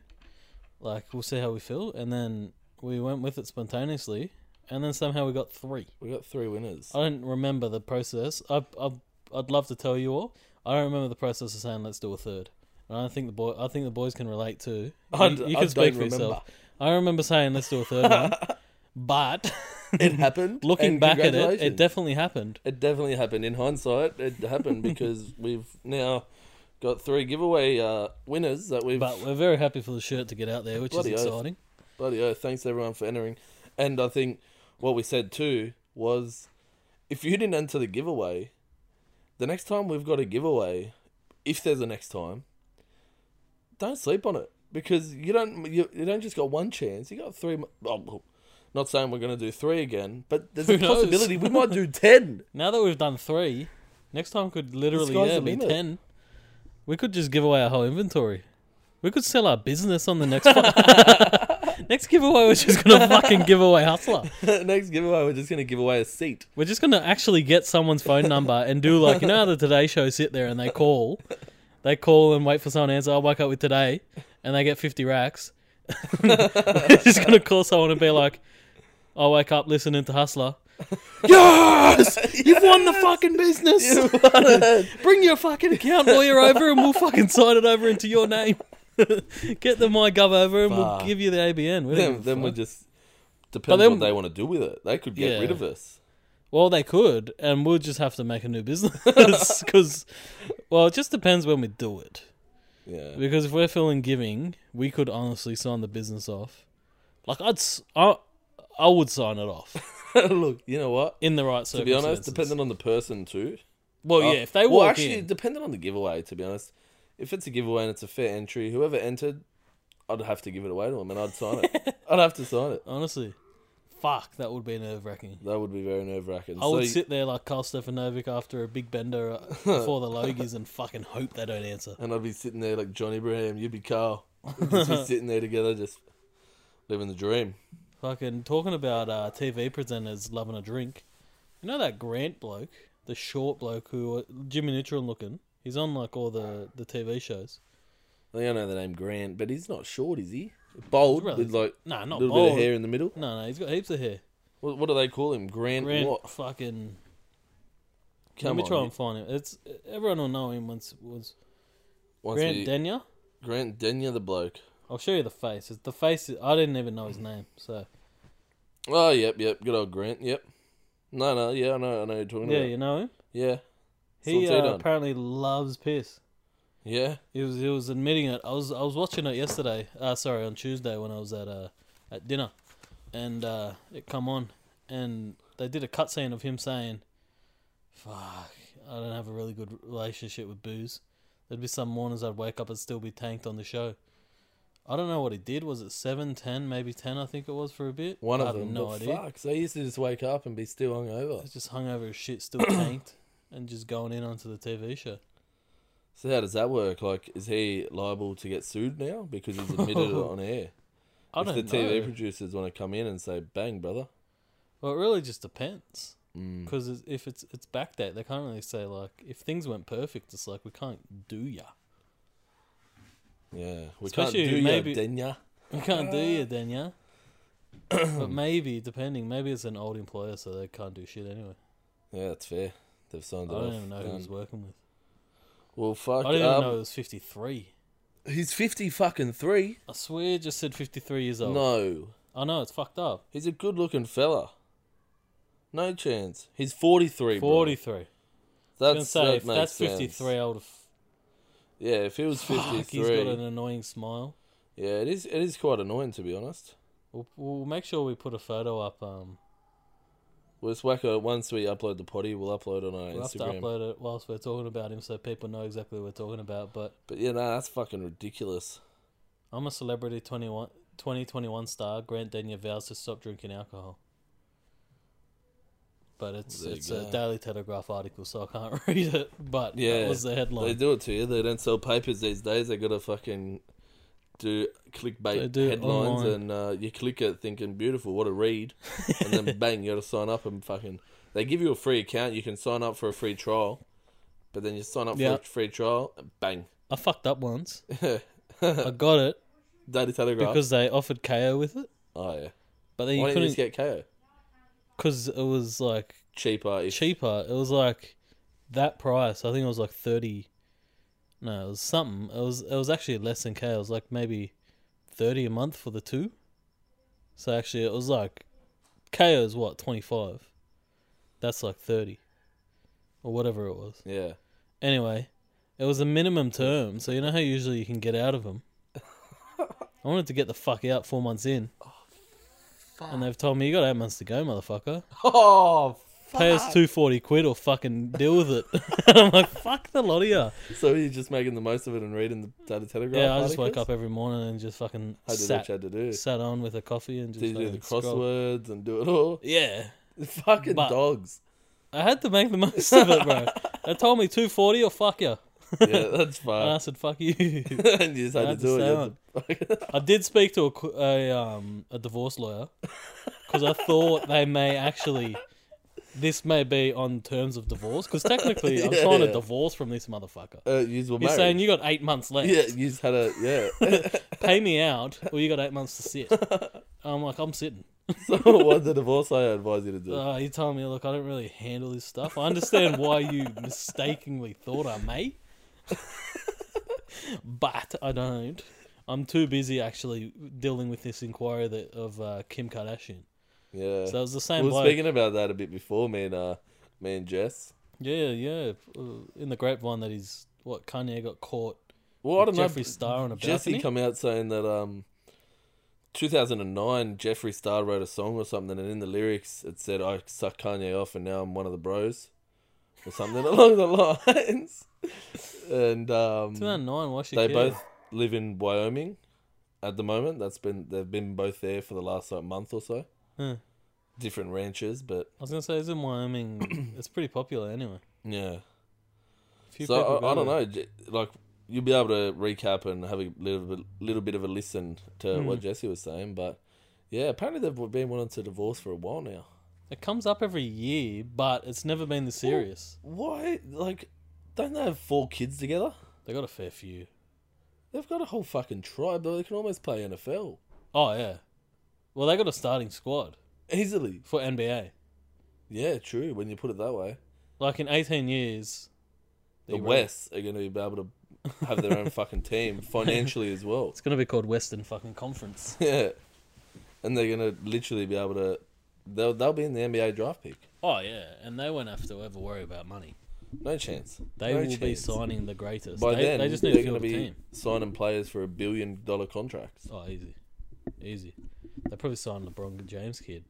Speaker 3: Like, we'll see how we feel. And then we went with it spontaneously. And then somehow we got three.
Speaker 1: we got three winners.
Speaker 3: I don't remember the process. I, I, I'd love to tell you all. I don't remember the process of saying let's do a third. And I don't think the boy. I think the boys can relate too.
Speaker 1: I
Speaker 3: You,
Speaker 1: d-
Speaker 3: you
Speaker 1: I
Speaker 3: can speak for
Speaker 1: don't remember.
Speaker 3: yourself. I remember saying let's do a third one, but
Speaker 1: It happened.
Speaker 3: looking
Speaker 1: and
Speaker 3: back at it, it
Speaker 1: congratulations.
Speaker 3: definitely happened.
Speaker 1: It definitely happened. In hindsight, it happened because we've now got three giveaway uh, winners that we've.
Speaker 3: But we're very happy for the shirt to get out there, which
Speaker 1: Bloody
Speaker 3: is
Speaker 1: oath.
Speaker 3: exciting.
Speaker 1: bloody hell, thanks everyone for entering. And I think what we said too was if you didn't enter the giveaway, the next time we've got a giveaway, if there's a next time, don't sleep on it because you don't you, you don't just got one chance. You got three. mo- Oh, well, not saying we're gonna do three again, but there's a
Speaker 3: Who knows?
Speaker 1: possibility we might do ten.
Speaker 3: Now that we've done three, next time could literally
Speaker 1: sky's
Speaker 3: yeah,
Speaker 1: the
Speaker 3: be
Speaker 1: limit.
Speaker 3: ten. We could just give away our whole inventory. We could sell our business on the next one. next giveaway, we're just gonna fucking give away Hustler.
Speaker 1: next giveaway, we're just gonna give away a seat.
Speaker 3: We're just gonna actually get someone's phone number and do like you know how the Today Show sit there and they call, they call and wait for someone to answer. I wake up with today, and they get fifty racks. we're just gonna call someone and be like, I wake up listening to Hustler. Yes, you've won the fucking business. Bring your fucking account lawyer over and we'll fucking sign it over into your name. Get the MyGov over and
Speaker 1: Fuck.
Speaker 3: we'll give you the ABN. We don't give
Speaker 1: Then,
Speaker 3: a
Speaker 1: then we
Speaker 3: fuck.
Speaker 1: just depends
Speaker 3: then-
Speaker 1: what they want to do with it. They could get
Speaker 3: Yeah.
Speaker 1: rid of us.
Speaker 3: well, they could, and we'll just have to make a new business because, well, it just depends when we do it.
Speaker 1: Yeah.
Speaker 3: Because if we're feeling giving, we could honestly sign the business off. Like I'd, s- I, I would sign it off
Speaker 1: Look, you know what?
Speaker 3: in the right
Speaker 1: To be
Speaker 3: circumstances.
Speaker 1: honest, depending on the person too.
Speaker 3: Well,
Speaker 1: Uh,
Speaker 3: yeah, if they walk
Speaker 1: well, actually,
Speaker 3: in,
Speaker 1: depending on the giveaway, to be honest, if it's a giveaway and it's a fair entry, whoever entered, I'd have to give it away to them, and I'd sign it. I'd have to sign it.
Speaker 3: honestly, fuck, that would be nerve wracking.
Speaker 1: That would be very nerve wracking.
Speaker 3: I would sit there like Carl Stefanovic after a big bender uh, before the Logies and fucking hope they don't answer.
Speaker 1: and I'd be sitting there like Johnny Braham, you'd be Carl, We'd just be sitting there together, just living the dream.
Speaker 3: Fucking talking about uh, TV presenters loving a drink. You know that Grant bloke, the short bloke who uh, Jimmy Neutron looking. He's on like all the the TV shows.
Speaker 1: I think I know the name Grant, but he's not short, is he? Bald
Speaker 3: Right.
Speaker 1: with like
Speaker 3: Nah,
Speaker 1: a
Speaker 3: not
Speaker 1: little
Speaker 3: bald.
Speaker 1: bit of hair in the middle.
Speaker 3: No, no, he's got heaps of hair.
Speaker 1: What, what do they call him? Grant,
Speaker 3: Grant,
Speaker 1: what?
Speaker 3: fucking.
Speaker 1: Come
Speaker 3: let me
Speaker 1: on,
Speaker 3: try
Speaker 1: you-
Speaker 3: and find him. It's everyone will know him once. once
Speaker 1: Once
Speaker 3: Grant
Speaker 1: we-
Speaker 3: Denyer.
Speaker 1: Grant Denyer, the bloke.
Speaker 3: I'll show you the face. It's the face. I didn't even know his name. So
Speaker 1: Oh, yep, yep. Good old Grant, yep. No, no, yeah, I know, I know who you're talking
Speaker 3: yeah,
Speaker 1: about.
Speaker 3: you know him.
Speaker 1: Yeah.
Speaker 3: He
Speaker 1: Sorted on.
Speaker 3: uh, apparently loves piss.
Speaker 1: Yeah.
Speaker 3: He was he was admitting it. I was I was watching it yesterday. Uh, sorry, on Tuesday when I was at uh at dinner, and uh, it come on, and they did a cutscene of him saying, "Fuck, I don't have a really good relationship with booze." There'd be some mornings I'd wake up and still be tanked on the show. I don't know what he did. Was it seven, ten, maybe ten? I think it was for a bit.
Speaker 1: One
Speaker 3: I
Speaker 1: of
Speaker 3: have
Speaker 1: them.
Speaker 3: No
Speaker 1: But
Speaker 3: idea.
Speaker 1: Fuck. So I used to just wake up and be still hungover.
Speaker 3: It's just hungover as shit, still tanked, and just going in onto the TV show.
Speaker 1: So how does that work? Like, is he liable to get sued now because he's admitted it on air?
Speaker 3: I
Speaker 1: if
Speaker 3: don't
Speaker 1: the
Speaker 3: know.
Speaker 1: TV producers want to come in and say, "Bang, brother,"
Speaker 3: Well, it really just depends.
Speaker 1: mm.
Speaker 3: Because it's, if it's it's backdate, they can't really say like if things went perfect. It's like we can't do ya.
Speaker 1: yeah, we
Speaker 3: Especially
Speaker 1: can't do
Speaker 3: maybe-
Speaker 1: ya, Denya.
Speaker 3: We can't do
Speaker 1: Uh.
Speaker 3: ya, then ya. but maybe depending, maybe it's an old employer, so they can't do shit anyway.
Speaker 1: Yeah, that's fair. They've signed it
Speaker 3: I
Speaker 1: off.
Speaker 3: don't even know who
Speaker 1: Done.
Speaker 3: he was working with.
Speaker 1: Well, fuck.
Speaker 3: I didn't
Speaker 1: um,
Speaker 3: even know it was fifty three.
Speaker 1: He's fifty fucking three.
Speaker 3: I swear, it just said fifty three years old.
Speaker 1: No,
Speaker 3: I know it's fucked up.
Speaker 1: he's a good-looking fella. No chance. He's forty-three. bro.
Speaker 3: Forty three. Gonna
Speaker 1: That's
Speaker 3: say
Speaker 1: that
Speaker 3: if
Speaker 1: makes
Speaker 3: that's
Speaker 1: sense.
Speaker 3: fifty three, old.
Speaker 1: Yeah, if he was
Speaker 3: Fuck, he's got an
Speaker 1: fifty-three.
Speaker 3: annoying smile.
Speaker 1: Yeah, it is. It is quite annoying to be honest.
Speaker 3: We'll, we'll make sure we put a photo up. Um,
Speaker 1: Well, it's wacko. Once we upload the potty, we'll upload on our
Speaker 3: we'll have to
Speaker 1: Instagram.
Speaker 3: upload it whilst we're talking about him, so people know exactly what we're talking about. But
Speaker 1: But yeah, nah, that's fucking ridiculous.
Speaker 3: I'm a celebrity 21, 2021 star. Grant Denyer vows to stop drinking alcohol. But it's
Speaker 1: There you
Speaker 3: it's a
Speaker 1: go.
Speaker 3: Daily Telegraph article, so I can't read it. But yeah,
Speaker 1: Yeah.
Speaker 3: that was the
Speaker 1: They
Speaker 3: headline.
Speaker 1: do it to you. They don't sell papers these days. They gotta fucking do
Speaker 3: They
Speaker 1: clickbait
Speaker 3: do it
Speaker 1: headlines,
Speaker 3: online.
Speaker 1: and uh, you click it thinking beautiful, what a read, and then bang, you gotta sign up and fucking. They give you a free account. You can sign up for a free trial, but then you sign up
Speaker 3: Yeah.
Speaker 1: for a free trial, and bang,
Speaker 3: I fucked up once. I got it
Speaker 1: Daily Telegraph.
Speaker 3: because they offered KO with it,
Speaker 1: oh yeah,
Speaker 3: but then
Speaker 1: why
Speaker 3: you
Speaker 1: don't you just
Speaker 3: couldn't
Speaker 1: get KO
Speaker 3: because it was like
Speaker 1: cheaper? If,
Speaker 3: cheaper. It was like that price. I think it was like thirty. No, it was something. It was it was actually less than K. It was like maybe thirty a month for the two. So actually, it was like KO is what twenty five. That's like thirty, or whatever it was.
Speaker 1: yeah,
Speaker 3: Anyway, it was a minimum term, so you know how usually you can get out of them. I wanted to get the fuck out four months in, and they've told me you got eight months to go, motherfucker
Speaker 1: Oh,
Speaker 3: pay us two forty quid or fucking deal with it. and I'm like, fuck the lot of ya.
Speaker 1: so you're just making the most of it and reading the Daily Telegraph.
Speaker 3: Yeah, I just woke
Speaker 1: articles?
Speaker 3: up every morning and just fucking
Speaker 1: I did
Speaker 3: sat,
Speaker 1: what you had to do.
Speaker 3: sat on with a coffee and just
Speaker 1: Did you do the
Speaker 3: fucking scrolled.
Speaker 1: crosswords and do it all?
Speaker 3: Yeah,
Speaker 1: Fucking
Speaker 3: But-
Speaker 1: dogs.
Speaker 3: I had to make the most of it, bro. they told me two forty or fuck ya.
Speaker 1: Yeah, that's
Speaker 3: And I
Speaker 1: fun.
Speaker 3: said, fuck you.
Speaker 1: and you just had,
Speaker 3: I had
Speaker 1: to
Speaker 3: to
Speaker 1: do
Speaker 3: stay
Speaker 1: it.
Speaker 3: on.
Speaker 1: You had to-
Speaker 3: I did speak to a, qu- a um a divorce lawyer because I thought they may actually. This may be on terms of divorce because technically I'm
Speaker 1: Yeah,
Speaker 3: trying to
Speaker 1: yeah.
Speaker 3: divorce from this motherfucker.
Speaker 1: uh, you were
Speaker 3: You're
Speaker 1: married.
Speaker 3: saying you got eight months left.
Speaker 1: yeah, you just had a yeah.
Speaker 3: pay me out or you got eight months to sit. I'm like, I'm sitting.
Speaker 1: so what the divorce I advise you to do?
Speaker 3: Uh, you telling me, look, I don't really handle this stuff. I understand why you mistakenly thought I may, but I don't. I'm too busy actually dealing with this inquiry that, of uh, Kim Kardashian.
Speaker 1: yeah.
Speaker 3: So it was the
Speaker 1: we
Speaker 3: same
Speaker 1: were
Speaker 3: bloke.
Speaker 1: speaking about that a bit before me and uh, me and Jess.
Speaker 3: Yeah, yeah. uh, In the grapevine that he's what Kanye got caught.
Speaker 1: Well, I don't
Speaker 3: with Jeffree
Speaker 1: know.
Speaker 3: Star on a
Speaker 1: Jesse
Speaker 3: balcony.
Speaker 1: come out saying that um, 2009, Jeffree Star wrote a song or something, and in the lyrics it said, "I suck Kanye off, and now I'm one of the bros." or something along the lines. And um,
Speaker 3: 2009, why she
Speaker 1: they
Speaker 3: care?
Speaker 1: both live in Wyoming at the moment. That's been they've been both there for the last like month or so.
Speaker 3: Huh.
Speaker 1: Different ranches, but
Speaker 3: I was gonna say it's in Wyoming. it's pretty popular anyway.
Speaker 1: yeah.
Speaker 3: A few people
Speaker 1: so
Speaker 3: go
Speaker 1: I, I don't
Speaker 3: there.
Speaker 1: know. j- Like you'll be able to recap and have a little bit, little bit of a listen to what Jesse was saying, but yeah, apparently they've been wanting to divorce for a while now.
Speaker 3: It comes up every year, but it's never been this serious.
Speaker 1: Why? Like, don't they have four kids together?
Speaker 3: They got a fair few.
Speaker 1: They've got a whole fucking tribe. They can almost play NFL
Speaker 3: Oh yeah. Well, they got a starting squad
Speaker 1: easily.
Speaker 3: for NBA.
Speaker 1: Yeah, true. When you put it that way,
Speaker 3: Like in 18 years,
Speaker 1: the
Speaker 3: You're right.
Speaker 1: West are going to be able to have their own fucking team financially as well.
Speaker 3: it's gonna be called Western fucking Conference.
Speaker 1: Yeah, and they're going to literally be able to. They'll they'll be in the NBA draft pick.
Speaker 3: Oh yeah, and they won't have to ever worry about money.
Speaker 1: No chance.
Speaker 3: They
Speaker 1: No
Speaker 3: will be
Speaker 1: chance.
Speaker 3: signing the greatest.
Speaker 1: By
Speaker 3: they,
Speaker 1: then,
Speaker 3: they just need
Speaker 1: they're
Speaker 3: to
Speaker 1: going
Speaker 3: field
Speaker 1: to be
Speaker 3: a team.
Speaker 1: signing players for a billion dollar contracts.
Speaker 3: Oh, easy, easy. They probably signed LeBron James' kid.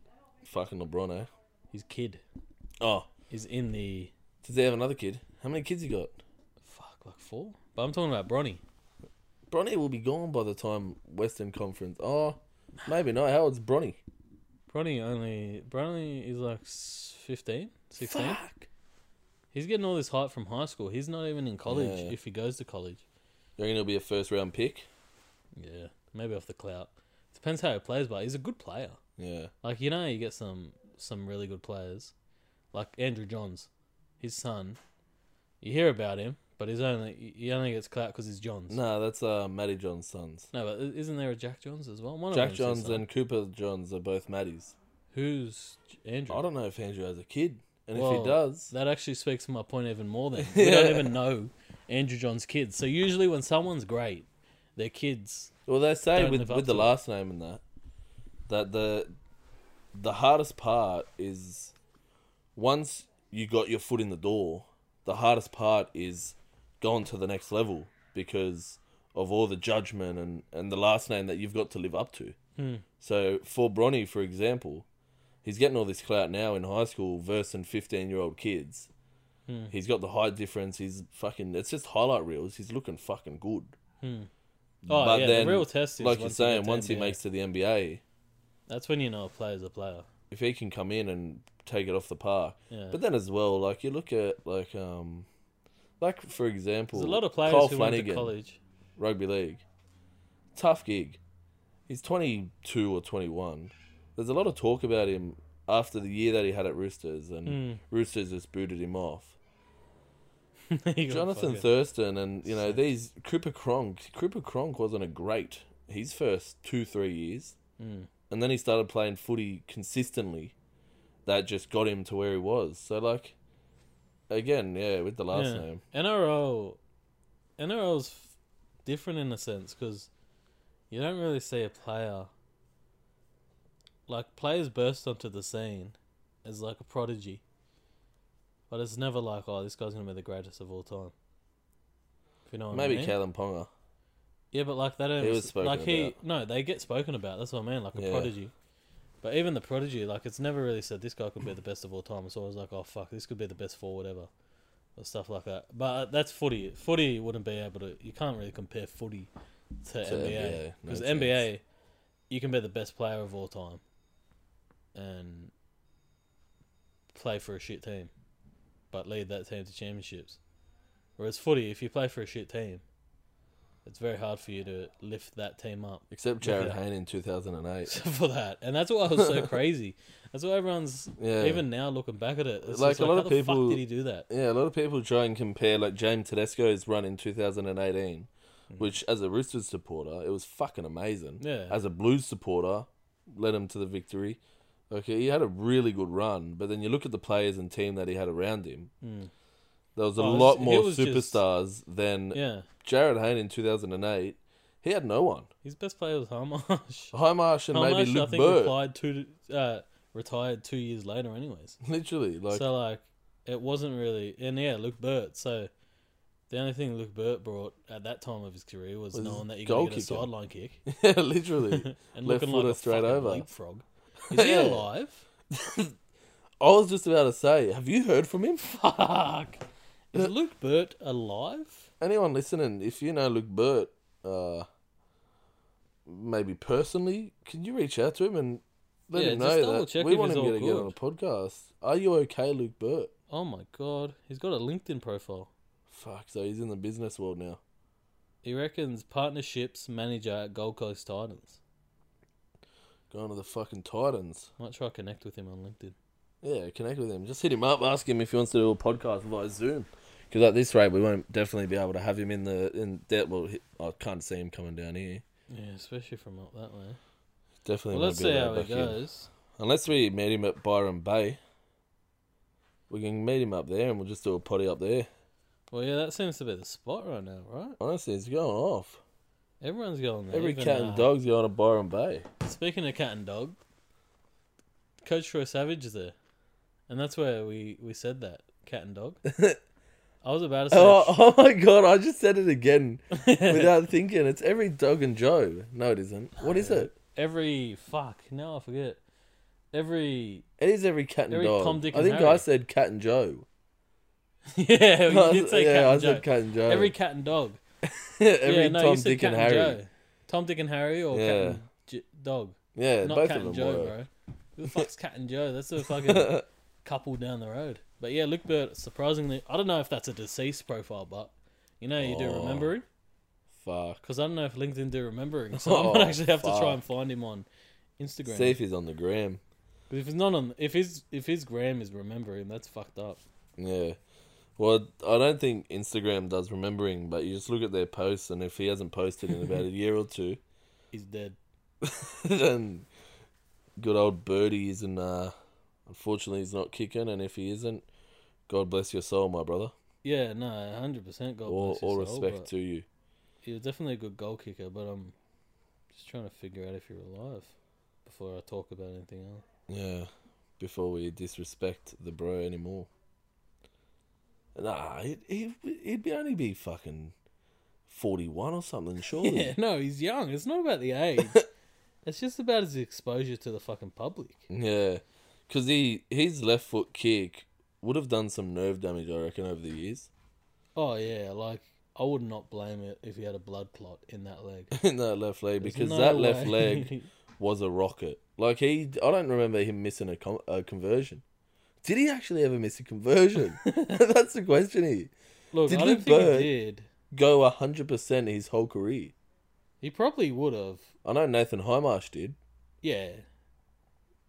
Speaker 1: Fucking LeBron, eh?
Speaker 3: His kid
Speaker 1: Oh,
Speaker 3: is in the
Speaker 1: does he have another kid? How many kids he got?
Speaker 3: fuck like four. But I'm talking about Bronny.
Speaker 1: Bronny will be gone by the time Western Conference. Oh, maybe not. How old's Bronny?
Speaker 3: Bronny only Bronny is like s- 15, 16.
Speaker 1: Fuck.
Speaker 3: He's getting all this hype from high school. He's not even in college
Speaker 1: Yeah.
Speaker 3: if he goes to college.
Speaker 1: You reckon he'll be a first round pick?
Speaker 3: Yeah, maybe off the clout. Depends how he plays, but he's a good player.
Speaker 1: Yeah.
Speaker 3: Like you know, you get some some really good players, like Andrew Johns, his son. You hear about him, but he's only he only gets clout because he's Johns. No.
Speaker 1: No, that's uh, Matty John's sons.
Speaker 3: but i- isn't there a Jack Johns as well? One of
Speaker 1: Jack
Speaker 3: them's his
Speaker 1: Johns
Speaker 3: son.
Speaker 1: and Cooper Johns are both Matties.
Speaker 3: who's J- Andrew?
Speaker 1: I don't know if Andrew has a kid, and if
Speaker 3: Well,
Speaker 1: he does,
Speaker 3: that actually speaks to my point even more. Then we don't even know Andrew Johns' kids. So usually when someone's great, their kids.
Speaker 1: well, they say
Speaker 3: don't
Speaker 1: with
Speaker 3: live up
Speaker 1: with the
Speaker 3: to it.
Speaker 1: last name and that that the the hardest part is once you got your foot in the door, the hardest part is going to the next level because of all the judgment and, and the last name that you've got to live up to.
Speaker 3: Hmm.
Speaker 1: So for Bronny, for example, he's getting all this clout now in high school versus fifteen year old kids.
Speaker 3: Hmm.
Speaker 1: He's got the height difference. He's fucking. It's just highlight reels. He's looking fucking good.
Speaker 3: Oh yeah, the real test is
Speaker 1: like you're
Speaker 3: once you get
Speaker 1: saying,
Speaker 3: to
Speaker 1: once he
Speaker 3: NBA.
Speaker 1: makes to the NBA,
Speaker 3: That's when you know a player's a player.
Speaker 1: if he can come in and take it off the park.
Speaker 3: Yeah.
Speaker 1: But then as well, like you look at like um, like for example,
Speaker 3: There's a lot of players
Speaker 1: Kyle
Speaker 3: who went to
Speaker 1: Flanagan,
Speaker 3: college.
Speaker 1: rugby league, tough gig. He's 22 or 21. There's a lot of talk about him after the year that he had at Roosters, and
Speaker 3: Hmm.
Speaker 1: Roosters just booted him off.
Speaker 3: You gotta
Speaker 1: Jonathan
Speaker 3: fuck it.
Speaker 1: Thurston and you know these Cooper Cronk. Cooper Cronk wasn't a great his first two three years,
Speaker 3: Mm.
Speaker 1: and then he started playing footy consistently. That just got him to where he was. So like, again, yeah, with the last
Speaker 3: Yeah.
Speaker 1: name,
Speaker 3: NRL, NRL's f- different in a sense because you don't really see a player. Like players burst onto the scene as like a prodigy, but it's never like, oh, this guy's gonna be the greatest of all time. If you know what I
Speaker 1: maybe
Speaker 3: mean?
Speaker 1: Callum Ponga.
Speaker 3: Yeah, but like they don't.
Speaker 1: He was spoken
Speaker 3: like he
Speaker 1: about.
Speaker 3: no, they get spoken about. That's what I mean. Like a
Speaker 1: Yeah.
Speaker 3: prodigy, but even the prodigy, like it's never really said this guy could be the best of all time. It's always like, oh fuck, this could be the best forward ever, or stuff like that. But uh, that's footy. Footy wouldn't be able to. You can't really compare footy to, NBA
Speaker 1: NBA, no
Speaker 3: because
Speaker 1: chance.
Speaker 3: NBA, you can be the best player of all time, and play for a shit team, but lead that team to championships. Whereas footy, if you play for a shit team, it's very hard for you to lift that team up
Speaker 1: Except Jared
Speaker 3: Yeah.
Speaker 1: Hayne in 2008.
Speaker 3: for that. And that's why I was so crazy. That's why everyone's
Speaker 1: Yeah.
Speaker 3: even now looking back at it. It's
Speaker 1: Like,
Speaker 3: like,
Speaker 1: a
Speaker 3: like
Speaker 1: lot
Speaker 3: how
Speaker 1: of
Speaker 3: the
Speaker 1: people-
Speaker 3: fuck did he do that?
Speaker 1: Yeah, a lot of people try and compare like James Tedesco's run in 2018, which as a Roosters supporter, it was fucking amazing.
Speaker 3: Mm-hmm. Yeah.
Speaker 1: As a Blues supporter, led him to the victory. Okay, he had a really good run, but then you look at the players and team that he had around him. There was a
Speaker 3: Mm. Oh, it was-
Speaker 1: lot
Speaker 3: it
Speaker 1: more
Speaker 3: was just-
Speaker 1: superstars than
Speaker 3: Yeah.
Speaker 1: Jared Hayne in 2008. He had no one.
Speaker 3: His best player was Hamash.
Speaker 1: Highmarsh and maybe
Speaker 3: Hamash, I
Speaker 1: Luke
Speaker 3: think,
Speaker 1: Burke.
Speaker 3: replied two, uh, retired two years later, anyways.
Speaker 1: Literally, like
Speaker 3: so, like, it wasn't really. And yeah, Luke Burt. So, the only thing Luke Burt brought at that time of his career was,
Speaker 1: Was
Speaker 3: knowing that you
Speaker 1: goal
Speaker 3: could get a
Speaker 1: kicker.
Speaker 3: sideline kick
Speaker 1: yeah, literally
Speaker 3: and
Speaker 1: left
Speaker 3: looking like
Speaker 1: footer
Speaker 3: a
Speaker 1: straight
Speaker 3: fucking
Speaker 1: over.
Speaker 3: leapfrog. Is he
Speaker 1: Yeah.
Speaker 3: alive?
Speaker 1: I was just about to say, have you heard from him? Fuck.
Speaker 3: Is Luke Burt alive?
Speaker 1: Anyone listening, if you know Luke Burt, uh, maybe personally, can you reach out to him and let
Speaker 3: Yeah,
Speaker 1: him
Speaker 3: just
Speaker 1: know
Speaker 3: double
Speaker 1: that
Speaker 3: check
Speaker 1: we
Speaker 3: if
Speaker 1: want
Speaker 3: he's
Speaker 1: him
Speaker 3: all
Speaker 1: to get
Speaker 3: good.
Speaker 1: on a podcast? Are you okay, Luke Burt?
Speaker 3: Oh my god, he's got a LinkedIn profile.
Speaker 1: Fuck, so he's in the business world now.
Speaker 3: He reckons partnerships manager at Gold Coast Titans.
Speaker 1: Going to the fucking Titans.
Speaker 3: Might try connect with him on LinkedIn.
Speaker 1: Yeah, connect with him. Just hit him up. Ask him if he wants to do a podcast via Zoom. Because at this rate, we won't definitely be able to have him in the in that. Well, he- I can't see him coming down here.
Speaker 3: Yeah, especially from up that way.
Speaker 1: Definitely.
Speaker 3: Well,
Speaker 1: won't
Speaker 3: let's
Speaker 1: be
Speaker 3: see
Speaker 1: allowed
Speaker 3: how it
Speaker 1: back in.
Speaker 3: goes.
Speaker 1: Unless we meet him at Byron Bay, we can meet him up there and we'll just do a potty up there.
Speaker 3: Well, yeah, that seems to be the spot right now, right?
Speaker 1: Honestly, it's going off.
Speaker 3: Everyone's going there.
Speaker 1: Every
Speaker 3: even,
Speaker 1: cat and
Speaker 3: uh,
Speaker 1: dog's going to Byron Bay.
Speaker 3: Speaking of cat and dog, Coach Troy Savage is there, and that's where we we said that cat and dog. I was about to say.
Speaker 1: Oh, oh my god! I just said it again without thinking. It's every dog and Joe. No, it isn't. What is it?
Speaker 3: every fuck. Now I forget. Every
Speaker 1: It is every cat and
Speaker 3: Every
Speaker 1: dog.
Speaker 3: Tom, Dick
Speaker 1: I
Speaker 3: and
Speaker 1: think
Speaker 3: Harry.
Speaker 1: I said cat and Joe.
Speaker 3: yeah, you did say
Speaker 1: yeah,
Speaker 3: cat
Speaker 1: I
Speaker 3: and
Speaker 1: said
Speaker 3: dog.
Speaker 1: cat and Joe.
Speaker 3: Every cat and dog.
Speaker 1: Every
Speaker 3: yeah, no,
Speaker 1: Tom,
Speaker 3: you said
Speaker 1: Dick,
Speaker 3: cat
Speaker 1: and Harry.
Speaker 3: Joe. Tom, Dick, and Harry, or cat
Speaker 1: Yeah.
Speaker 3: and J- dog.
Speaker 1: Yeah,
Speaker 3: Not
Speaker 1: both
Speaker 3: cat
Speaker 1: of them
Speaker 3: and Joe,
Speaker 1: were.
Speaker 3: bro. Who the fuck's cat and Joe? That's a fucking couple down the road. But yeah, Luke Burt. Surprisingly, I don't know if that's a deceased profile, but you know, you do
Speaker 1: Oh.
Speaker 3: remembering
Speaker 1: Fuck.
Speaker 3: because I don't know if LinkedIn do remembering, so I
Speaker 1: Oh,
Speaker 3: might actually have to try
Speaker 1: fuck.
Speaker 3: and find him on Instagram.
Speaker 1: See if he's on the gram.
Speaker 3: 'Cause if he's not on, if his if his gram is remembering, that's fucked up.
Speaker 1: Yeah. Well, I don't think Instagram does remembering, but you just look at their posts, and if he hasn't posted in about a year or two,
Speaker 3: He's dead.
Speaker 1: then good old Birdie isn't. Uh, unfortunately, he's not kicking, and if he isn't, God bless your soul, my brother.
Speaker 3: Yeah, no, hundred percent. God
Speaker 1: all
Speaker 3: bless
Speaker 1: all
Speaker 3: your soul,
Speaker 1: respect
Speaker 3: but
Speaker 1: to you.
Speaker 3: He was definitely a good goal kicker, but I'm just trying to figure out if you're alive before I talk about anything else.
Speaker 1: Yeah, before we disrespect the bro anymore. Nah, he'd, he'd, he'd be only be fucking 41 or something, surely.
Speaker 3: Yeah, no, he's young. It's not about the age. it's just about his exposure to the fucking public.
Speaker 1: Yeah, because he his left foot kick would have done some nerve damage, I reckon, over the years
Speaker 3: Oh yeah, like I would not blame it if he had a blood clot in that leg.
Speaker 1: in that left leg
Speaker 3: There's
Speaker 1: because
Speaker 3: no
Speaker 1: that left
Speaker 3: way.
Speaker 1: leg was a rocket. Like he, I don't remember him missing a, com- a conversion. Did he actually ever miss a conversion? That's the question. He
Speaker 3: Look,
Speaker 1: Did
Speaker 3: I
Speaker 1: Luke
Speaker 3: don't think
Speaker 1: Bird-
Speaker 3: he did.
Speaker 1: go hundred percent his whole career.
Speaker 3: He probably would have.
Speaker 1: I know Nathan Highmarsh did.
Speaker 3: Yeah.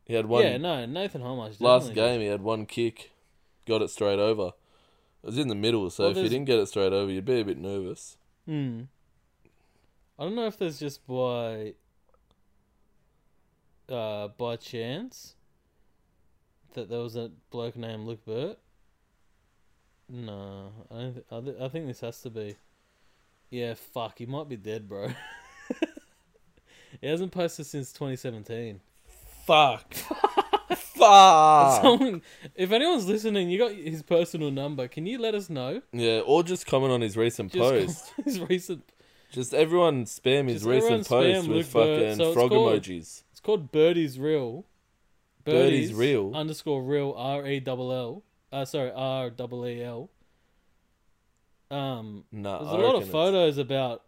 Speaker 1: He had one
Speaker 3: Yeah, no, Nathan Highmarsh.
Speaker 1: last
Speaker 3: definitely-
Speaker 1: game. He had one kick, got it straight over. It was in the middle, so
Speaker 3: Well,
Speaker 1: if you
Speaker 3: there's-
Speaker 1: didn't get it straight over, you'd be a bit nervous.
Speaker 3: Hmm. I don't know if that's just by uh by chance that there was a bloke named Luke Burt. No, I don't th- I, th- I think this has to be. Yeah, fuck, he might be dead, bro. he hasn't posted since 2017.
Speaker 1: Fuck. Fuck.
Speaker 3: Someone, if anyone's listening, you got his personal number. Can you let us know?
Speaker 1: Yeah, or just comment on his recent
Speaker 3: Just
Speaker 1: post.
Speaker 3: his recent
Speaker 1: Just everyone spam his
Speaker 3: Just everyone
Speaker 1: recent post
Speaker 3: spam
Speaker 1: with
Speaker 3: Luke Bird.
Speaker 1: fucking
Speaker 3: So it's
Speaker 1: frog
Speaker 3: called-
Speaker 1: emojis.
Speaker 3: It's called Birdie's Real.
Speaker 1: Birdie's Reel?
Speaker 3: Underscore real R E double L. Uh, sorry R double E L. Um,
Speaker 1: Nah,
Speaker 3: there's
Speaker 1: I
Speaker 3: a lot
Speaker 1: reckon
Speaker 3: of photos about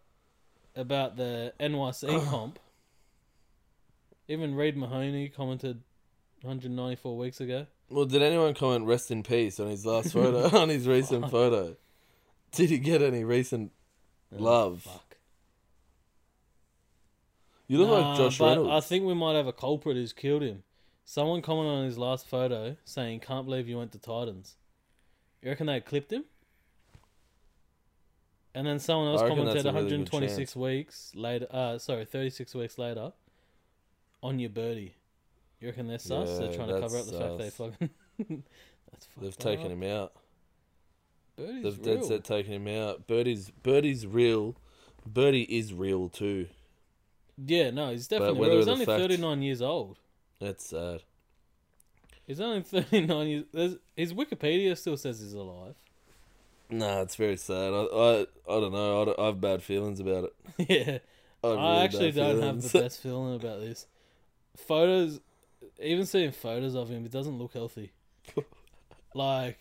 Speaker 3: about the NYC comp. Even Reid Mahoney commented 194 weeks ago.
Speaker 1: It's... Well, did anyone comment rest in peace on his last photo? on his recent photo, did he get any recent love?
Speaker 3: Fuck.
Speaker 1: You look
Speaker 3: Nah,
Speaker 1: like Josh
Speaker 3: but
Speaker 1: Reynolds.
Speaker 3: I think we might have a culprit who's killed him. Someone commented on his last photo saying, "Can't believe you went to Titans." You reckon they clipped him? And then someone else
Speaker 1: I reckon
Speaker 3: commented
Speaker 1: that's a really good
Speaker 3: 126 weeks later. Uh, sorry, 36 weeks later, on your birdie. You reckon they're sus? they're
Speaker 1: Yeah,
Speaker 3: trying to cover up
Speaker 1: that's
Speaker 3: the fact they
Speaker 1: sus.
Speaker 3: fucking. that's
Speaker 1: They've
Speaker 3: fucked
Speaker 1: taken
Speaker 3: up.
Speaker 1: him out.
Speaker 3: Birdie's
Speaker 1: They've
Speaker 3: Uh-huh. real.
Speaker 1: dead set taken him out. Birdie's Birdie's real. Birdie is real too.
Speaker 3: Yeah, no, he's definitely.
Speaker 1: whether
Speaker 3: Well, he's
Speaker 1: the
Speaker 3: only
Speaker 1: fact-
Speaker 3: 39 years old.
Speaker 1: That's sad.
Speaker 3: He's only 39 years. There's, his Wikipedia still says he's alive.
Speaker 1: Nah, it's very sad. I I, I don't know. I, don't- I have bad feelings about it.
Speaker 3: yeah.
Speaker 1: have really
Speaker 3: I
Speaker 1: bad
Speaker 3: actually don't have
Speaker 1: feelings.
Speaker 3: the best feeling about this. Photos, even seeing photos of him, it doesn't look healthy. Like,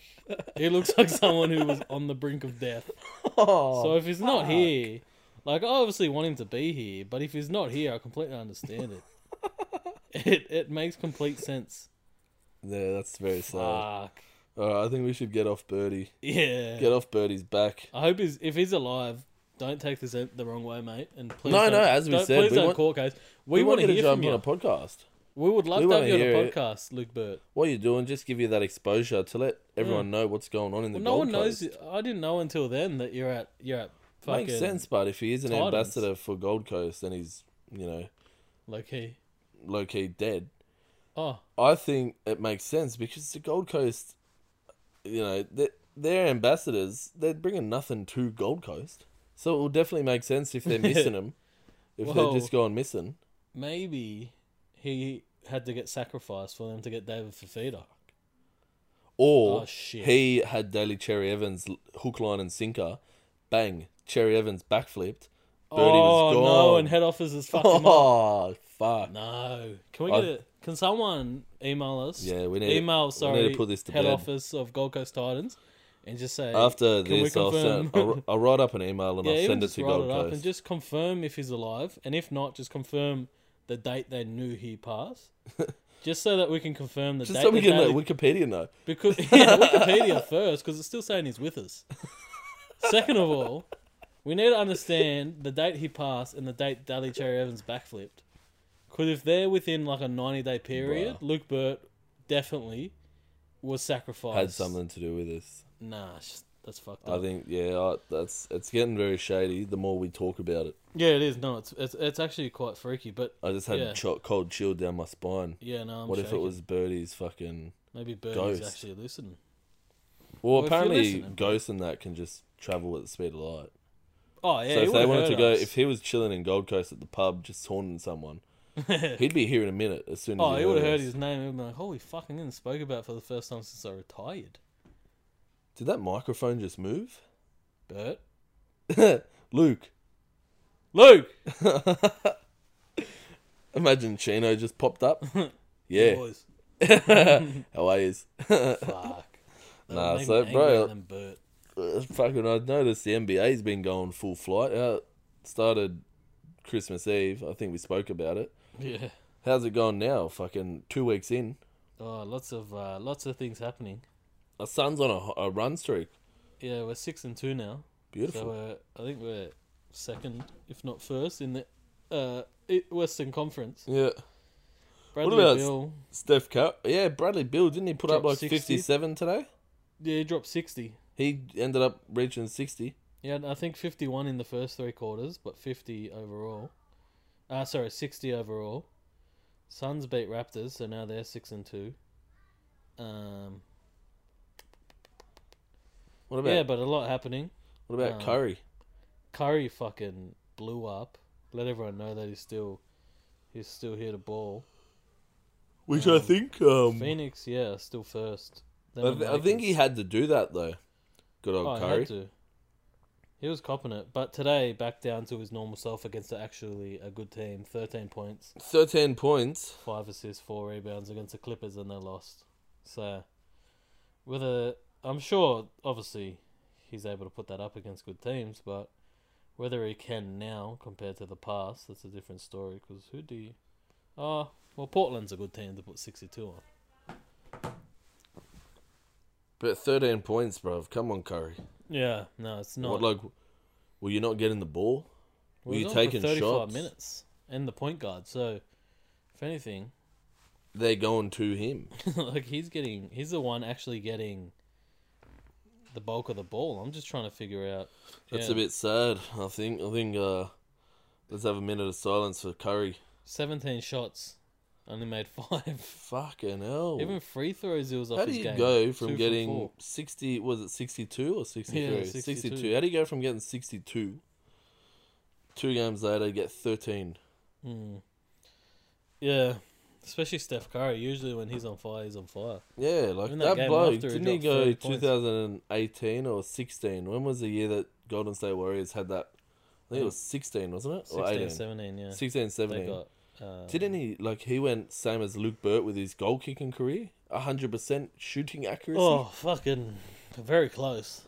Speaker 3: he looks like someone who was on the brink of death.
Speaker 1: Oh,
Speaker 3: so if he's not here, like I obviously want him to be here, but if he's not here, I completely understand it. it it makes complete sense.
Speaker 1: yeah, that's very sad.
Speaker 3: Fuck.
Speaker 1: All right, I think we should get off Birdie.
Speaker 3: Yeah.
Speaker 1: Get off Birdie's back.
Speaker 3: I hope he's if he's alive. Don't take this the wrong way, mate. And please
Speaker 1: No,
Speaker 3: don't,
Speaker 1: no, as we
Speaker 3: don't-
Speaker 1: said,
Speaker 3: please
Speaker 1: we
Speaker 3: don't
Speaker 1: want-
Speaker 3: court case. We, want
Speaker 1: wanted
Speaker 3: to hear
Speaker 1: jump
Speaker 3: from you.
Speaker 1: on a podcast.
Speaker 3: we would love
Speaker 1: we
Speaker 3: to
Speaker 1: wanna
Speaker 3: have you on
Speaker 1: hear
Speaker 3: a
Speaker 1: it.
Speaker 3: podcast, Luke Burt.
Speaker 1: What are you doing? Just give you that exposure to let everyone know what's going on in the
Speaker 3: Well, no
Speaker 1: Gold
Speaker 3: one knows.
Speaker 1: Coast.
Speaker 3: I didn't know until then that you're at you're at fucking
Speaker 1: Makes sense, but if he is an
Speaker 3: Titans.
Speaker 1: ambassador for Gold Coast and he's, you know,
Speaker 3: low key.
Speaker 1: low key dead,
Speaker 3: Oh,
Speaker 1: I think it makes sense because the Gold Coast, you know, they they're ambassadors. They're bringing nothing to Gold Coast, so it will definitely make sense if they're missing them. If
Speaker 3: Whoa.
Speaker 1: they're just going missing,
Speaker 3: maybe he had to get sacrificed for them to get David Fafita.
Speaker 1: or
Speaker 3: Oh, shit.
Speaker 1: he had Daily Cherry Evans l- hook, line, and sinker, bang! Cherry Evans backflipped. Birdie
Speaker 3: oh
Speaker 1: was gone.
Speaker 3: no! And head office is fucking up.
Speaker 1: oh fuck!
Speaker 3: No, can we
Speaker 1: I-
Speaker 3: get it? Can someone email us?
Speaker 1: Yeah, we need- we
Speaker 3: email.
Speaker 1: need to
Speaker 3: Sorry,
Speaker 1: put this to
Speaker 3: head
Speaker 1: bed.
Speaker 3: office of Gold Coast Titans, and just say
Speaker 1: After
Speaker 3: can we
Speaker 1: this, I'll, send,
Speaker 3: confirm-
Speaker 1: I'll, I'll write up an email and
Speaker 3: yeah,
Speaker 1: I'll
Speaker 3: even
Speaker 1: send it
Speaker 3: just
Speaker 1: to
Speaker 3: write
Speaker 1: Gold
Speaker 3: it up and
Speaker 1: Coast.
Speaker 3: just confirm if he's alive, and if not, just confirm the date they knew he passed, just so that we can confirm the
Speaker 1: Just
Speaker 3: date.
Speaker 1: so we
Speaker 3: they
Speaker 1: can let
Speaker 3: know-
Speaker 1: Wikipedia know.
Speaker 3: Because yeah, Wikipedia first, because it's still saying he's with us. Second of all, we need to understand the date he passed and the date Daly Cherry Evans backflipped. Because if they're within like a ninety-day period, Luke Burt definitely was sacrificed.
Speaker 1: Had something to do with this.
Speaker 3: Nah, sh- that's fucked
Speaker 1: I
Speaker 3: up.
Speaker 1: think yeah, I, that's it's getting very shady. The more we talk about it,
Speaker 3: yeah, it is. No, it's it's, it's actually quite freaky. But
Speaker 1: I just had
Speaker 3: Yeah.
Speaker 1: a cho- cold chill down my spine.
Speaker 3: yeah, no. I'm
Speaker 1: what if it
Speaker 3: shaking.
Speaker 1: was Birdie's fucking?
Speaker 3: maybe Birdie's
Speaker 1: Ghost?
Speaker 3: actually listening?
Speaker 1: Well,
Speaker 3: if you're
Speaker 1: apparently
Speaker 3: listening,
Speaker 1: ghosts and that can just travel at the speed of light.
Speaker 3: Oh yeah.
Speaker 1: so
Speaker 3: he
Speaker 1: if they
Speaker 3: would've
Speaker 1: wanted to
Speaker 3: heard
Speaker 1: go,
Speaker 3: us.
Speaker 1: if he was chilling in Gold Coast at the pub, just haunting someone, he'd be here in a minute. As soon as
Speaker 3: Oh, he would have heard
Speaker 1: us.
Speaker 3: his name. He'd been like, "Holy fucking!" And spoke about it for the first time since I retired.
Speaker 1: Did that microphone just move?
Speaker 3: Bert.
Speaker 1: Luke,
Speaker 3: Luke.
Speaker 1: imagine Chino just popped up. yeah,
Speaker 3: Boys.
Speaker 1: how are yous?
Speaker 3: Fuck.
Speaker 1: Nah,
Speaker 3: Made
Speaker 1: so
Speaker 3: me
Speaker 1: bro,
Speaker 3: angrier than Bert.
Speaker 1: Uh, fucking, I noticed the NBA's been going full flight. Uh, started Christmas Eve. I think we spoke about it.
Speaker 3: Yeah.
Speaker 1: How's it going now? Fucking two weeks in.
Speaker 3: Oh, lots of uh, lots of things happening.
Speaker 1: Our son's on a, a run streak.
Speaker 3: Yeah, we're six and two now.
Speaker 1: Beautiful.
Speaker 3: So uh, we're, I think we're second, if not first, in the uh, i- Western Conference.
Speaker 1: yeah.
Speaker 3: Bradley
Speaker 1: about-
Speaker 3: Beal,
Speaker 1: Steph Curry. Yeah, Bradley Bill, didn't he put up
Speaker 3: Dropped
Speaker 1: like
Speaker 3: 60?
Speaker 1: 57 today?
Speaker 3: yeah, he dropped sixty.
Speaker 1: He ended up reaching 60.
Speaker 3: Yeah, and I think fifty-one in the first three quarters, but fifty overall. Uh sorry, sixty overall. Suns beat Raptors, so now they're six and two. Um,
Speaker 1: What about
Speaker 3: yeah, but a lot happening.
Speaker 1: what about
Speaker 3: um,
Speaker 1: Curry?
Speaker 3: Curry fucking blew up. Let everyone know that he's still he's still here to ball.
Speaker 1: Which I think um
Speaker 3: Phoenix, yeah, still first. Then
Speaker 1: I,
Speaker 3: the
Speaker 1: th- I think he
Speaker 3: Lakers.
Speaker 1: had to do that though. Good old
Speaker 3: Oh, he
Speaker 1: Curry.
Speaker 3: had to. He was copping it, but today back down to his normal self against actually a good team. Thirteen points,
Speaker 1: 13 points.
Speaker 3: five assists, four rebounds against the Clippers, and they lost. So, with a, I'm sure obviously he's able to put that up against good teams, but whether he can now compared to the past, that's a different story. Because who do you? Ah, well, Portland's a good team to put 62 on.
Speaker 1: But 13 points, bro. Come on, Curry.
Speaker 3: Yeah, no, it's not.
Speaker 1: What like were you not getting the ball?
Speaker 3: Well,
Speaker 1: were
Speaker 3: he's
Speaker 1: you
Speaker 3: on for
Speaker 1: taking
Speaker 3: 35
Speaker 1: shots?
Speaker 3: minutes and the point guard. So, if anything,
Speaker 1: They're going to him.
Speaker 3: like he's getting, he's the one actually getting the bulk of the ball. I'm just trying to figure out.
Speaker 1: That's
Speaker 3: yeah.
Speaker 1: a bit sad. I think. I think. Uh, let's have a minute of silence for Curry.
Speaker 3: 17 shots, only made five.
Speaker 1: Fucking hell!
Speaker 3: Even free throws, he was off
Speaker 1: How do
Speaker 3: his
Speaker 1: you
Speaker 3: game.
Speaker 1: go
Speaker 3: Two
Speaker 1: from
Speaker 3: for
Speaker 1: getting
Speaker 3: four.
Speaker 1: sixty? Was it sixty-two or sixty-three?
Speaker 3: 62.
Speaker 1: 62. How do you go from getting sixty-two? Two games later, you get thirteen.
Speaker 3: Mm. Yeah, especially Steph Curry. Usually when he's on fire, he's on fire.
Speaker 1: Yeah, like
Speaker 3: Even that
Speaker 1: that,
Speaker 3: game
Speaker 1: bloke.
Speaker 3: after, he
Speaker 1: Didn't he
Speaker 3: dropped
Speaker 1: go
Speaker 3: 30 points.
Speaker 1: 2018 or 16? When was the year that Golden State Warriors had that? I think it was 16, wasn't it?
Speaker 3: 16,
Speaker 1: or 18.
Speaker 3: 17, yeah.
Speaker 1: 16,
Speaker 3: They
Speaker 1: 17.
Speaker 3: got. Um,
Speaker 1: Didn't he like he went same as Luke Burt with his goal kicking career hundred percent shooting accuracy.
Speaker 3: Oh, fucking very close.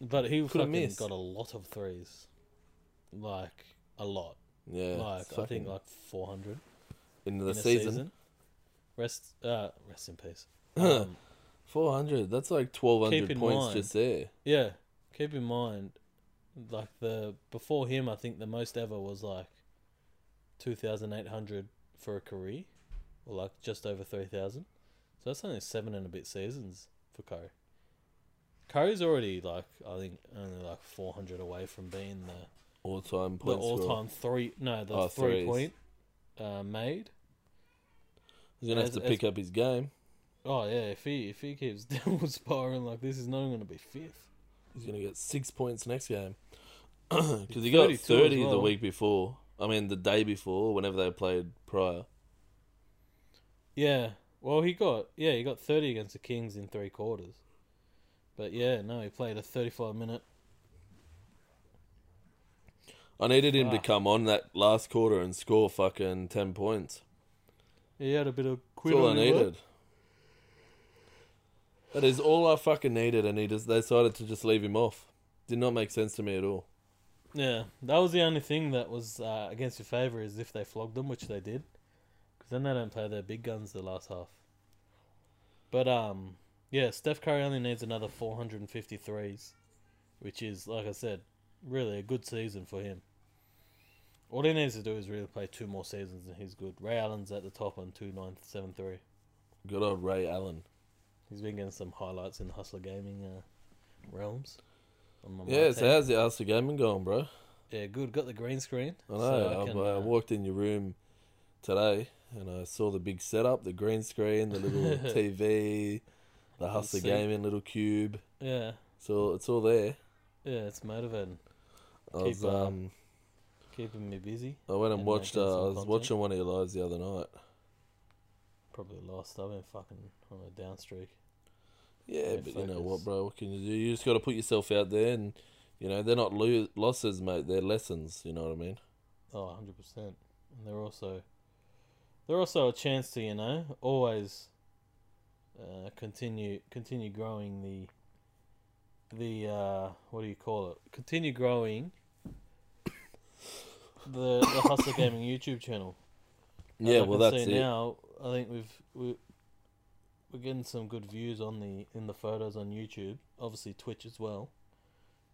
Speaker 3: But he fucking
Speaker 1: missed.
Speaker 3: got a lot of threes. Like, a lot.
Speaker 1: yeah,
Speaker 3: like, I
Speaker 1: fucking
Speaker 3: think like 400
Speaker 1: in the
Speaker 3: in a
Speaker 1: season,
Speaker 3: season. Rest, uh, rest in peace. Um,
Speaker 1: four hundred. That's like twelve
Speaker 3: Keep
Speaker 1: hundred
Speaker 3: in
Speaker 1: points
Speaker 3: mind-
Speaker 1: just there.
Speaker 3: yeah, keep in mind, like, the before him, I think the most ever was like 2,800 for a career, or like just over 3,000. So that's only seven and a bit seasons for Curry. Curry's already like I think only like four hundred away from being the
Speaker 1: All time
Speaker 3: the
Speaker 1: points.
Speaker 3: all
Speaker 1: scorer.
Speaker 3: time three no the
Speaker 1: Oh,
Speaker 3: three
Speaker 1: threes.
Speaker 3: point uh, made.
Speaker 1: He's gonna have
Speaker 3: as-
Speaker 1: to
Speaker 3: as-
Speaker 1: pick up his game.
Speaker 3: Oh yeah, if he if he keeps downward spiraling like this, he's not even gonna be fifth.
Speaker 1: He's gonna get six points next game because he got
Speaker 3: 32 as
Speaker 1: thirty the
Speaker 3: well.
Speaker 1: week before. I mean, the day before, whenever they played prior.
Speaker 3: Yeah, well he got yeah he got thirty against the Kings in three quarters, but yeah no he played a thirty five minute.
Speaker 1: I needed him to
Speaker 3: Fuck.
Speaker 1: come on that last quarter and score fucking ten points.
Speaker 3: He had a bit of quid
Speaker 1: That's all I
Speaker 3: on him, but-
Speaker 1: needed. That is all I fucking needed, and he just they decided to just leave him off. Did not make sense to me at all.
Speaker 3: Yeah, that was the only thing that was uh, against your favour is if they flogged them, which they did, because then they don't play their big guns the last half. But um, yeah, Steph Curry only needs another 453s, which is like I said, really a good season for him. All he needs to do is really play two more seasons, and he's good. Ray Allen's at the top on two nine seven three.
Speaker 1: Good old Ray Allen.
Speaker 3: He's been getting some highlights in the Hustler Gaming uh, realms. on my
Speaker 1: Yeah, so
Speaker 3: tab.
Speaker 1: how's the Arsenal gaming going, bro?
Speaker 3: yeah, good. Got the green screen.
Speaker 1: I know. I, I
Speaker 3: uh,
Speaker 1: walked in your room today and I saw the big setup, the green screen, the little TV, the Hustler
Speaker 3: see.
Speaker 1: Gaming little cube.
Speaker 3: Yeah.
Speaker 1: So it's all there.
Speaker 3: Yeah, it's motivating.
Speaker 1: I
Speaker 3: Keep,
Speaker 1: was,
Speaker 3: uh,
Speaker 1: um,
Speaker 3: Keeping me busy.
Speaker 1: I went and
Speaker 3: and
Speaker 1: watched.
Speaker 3: making
Speaker 1: Uh, I
Speaker 3: some
Speaker 1: was
Speaker 3: content.
Speaker 1: watching one of your lives the other night.
Speaker 3: Probably lost. I've been fucking on a down streak.
Speaker 1: Yeah,
Speaker 3: Yeah,
Speaker 1: but you know what,
Speaker 3: focus.
Speaker 1: bro? What can you do? You just got to put yourself out there, and you know they're not lo- losses, mate. They're lessons. You know what I mean?
Speaker 3: Oh, 100 percent. And they're also, they're also a chance to you know always, uh, continue continue growing the, the uh, what do you call it? Continue growing. The the Hustler Gaming YouTube channel. As
Speaker 1: yeah,
Speaker 3: I
Speaker 1: well
Speaker 3: can
Speaker 1: that's it.
Speaker 3: see Now I think we've we, we're getting some good views on the in the photos on YouTube. Obviously Twitch as well.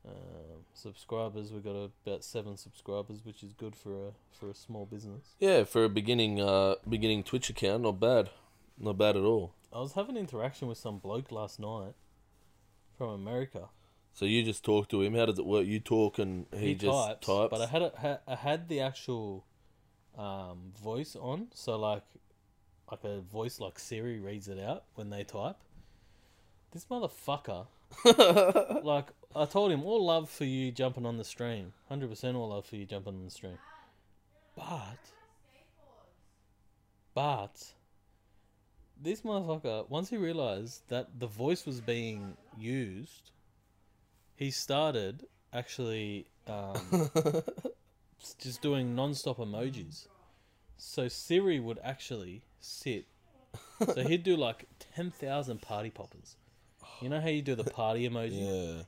Speaker 3: Um, subscribers, we've got about seven subscribers, which is good for a for a small business.
Speaker 1: Yeah, for a beginning, uh, beginning Twitch account, not bad, not bad at all.
Speaker 3: I was having interaction with some bloke last night from America.
Speaker 1: So you just talk to him. How does it work? You talk, and he,
Speaker 3: He,
Speaker 1: just
Speaker 3: types,
Speaker 1: types.
Speaker 3: but I had a, ha, I had the actual um, voice on, so like like a voice like Siri reads it out when they type. This motherfucker like I told him, all love for you jumping on the stream. Hundred percent, all love for you jumping on the stream. But, but, this motherfucker. Once he realised that the voice was being used, he started actually um, s- just doing non-stop emojis. So Siri would actually sit. So he'd do like ten thousand party poppers. You know how you do the party emoji?
Speaker 1: yeah.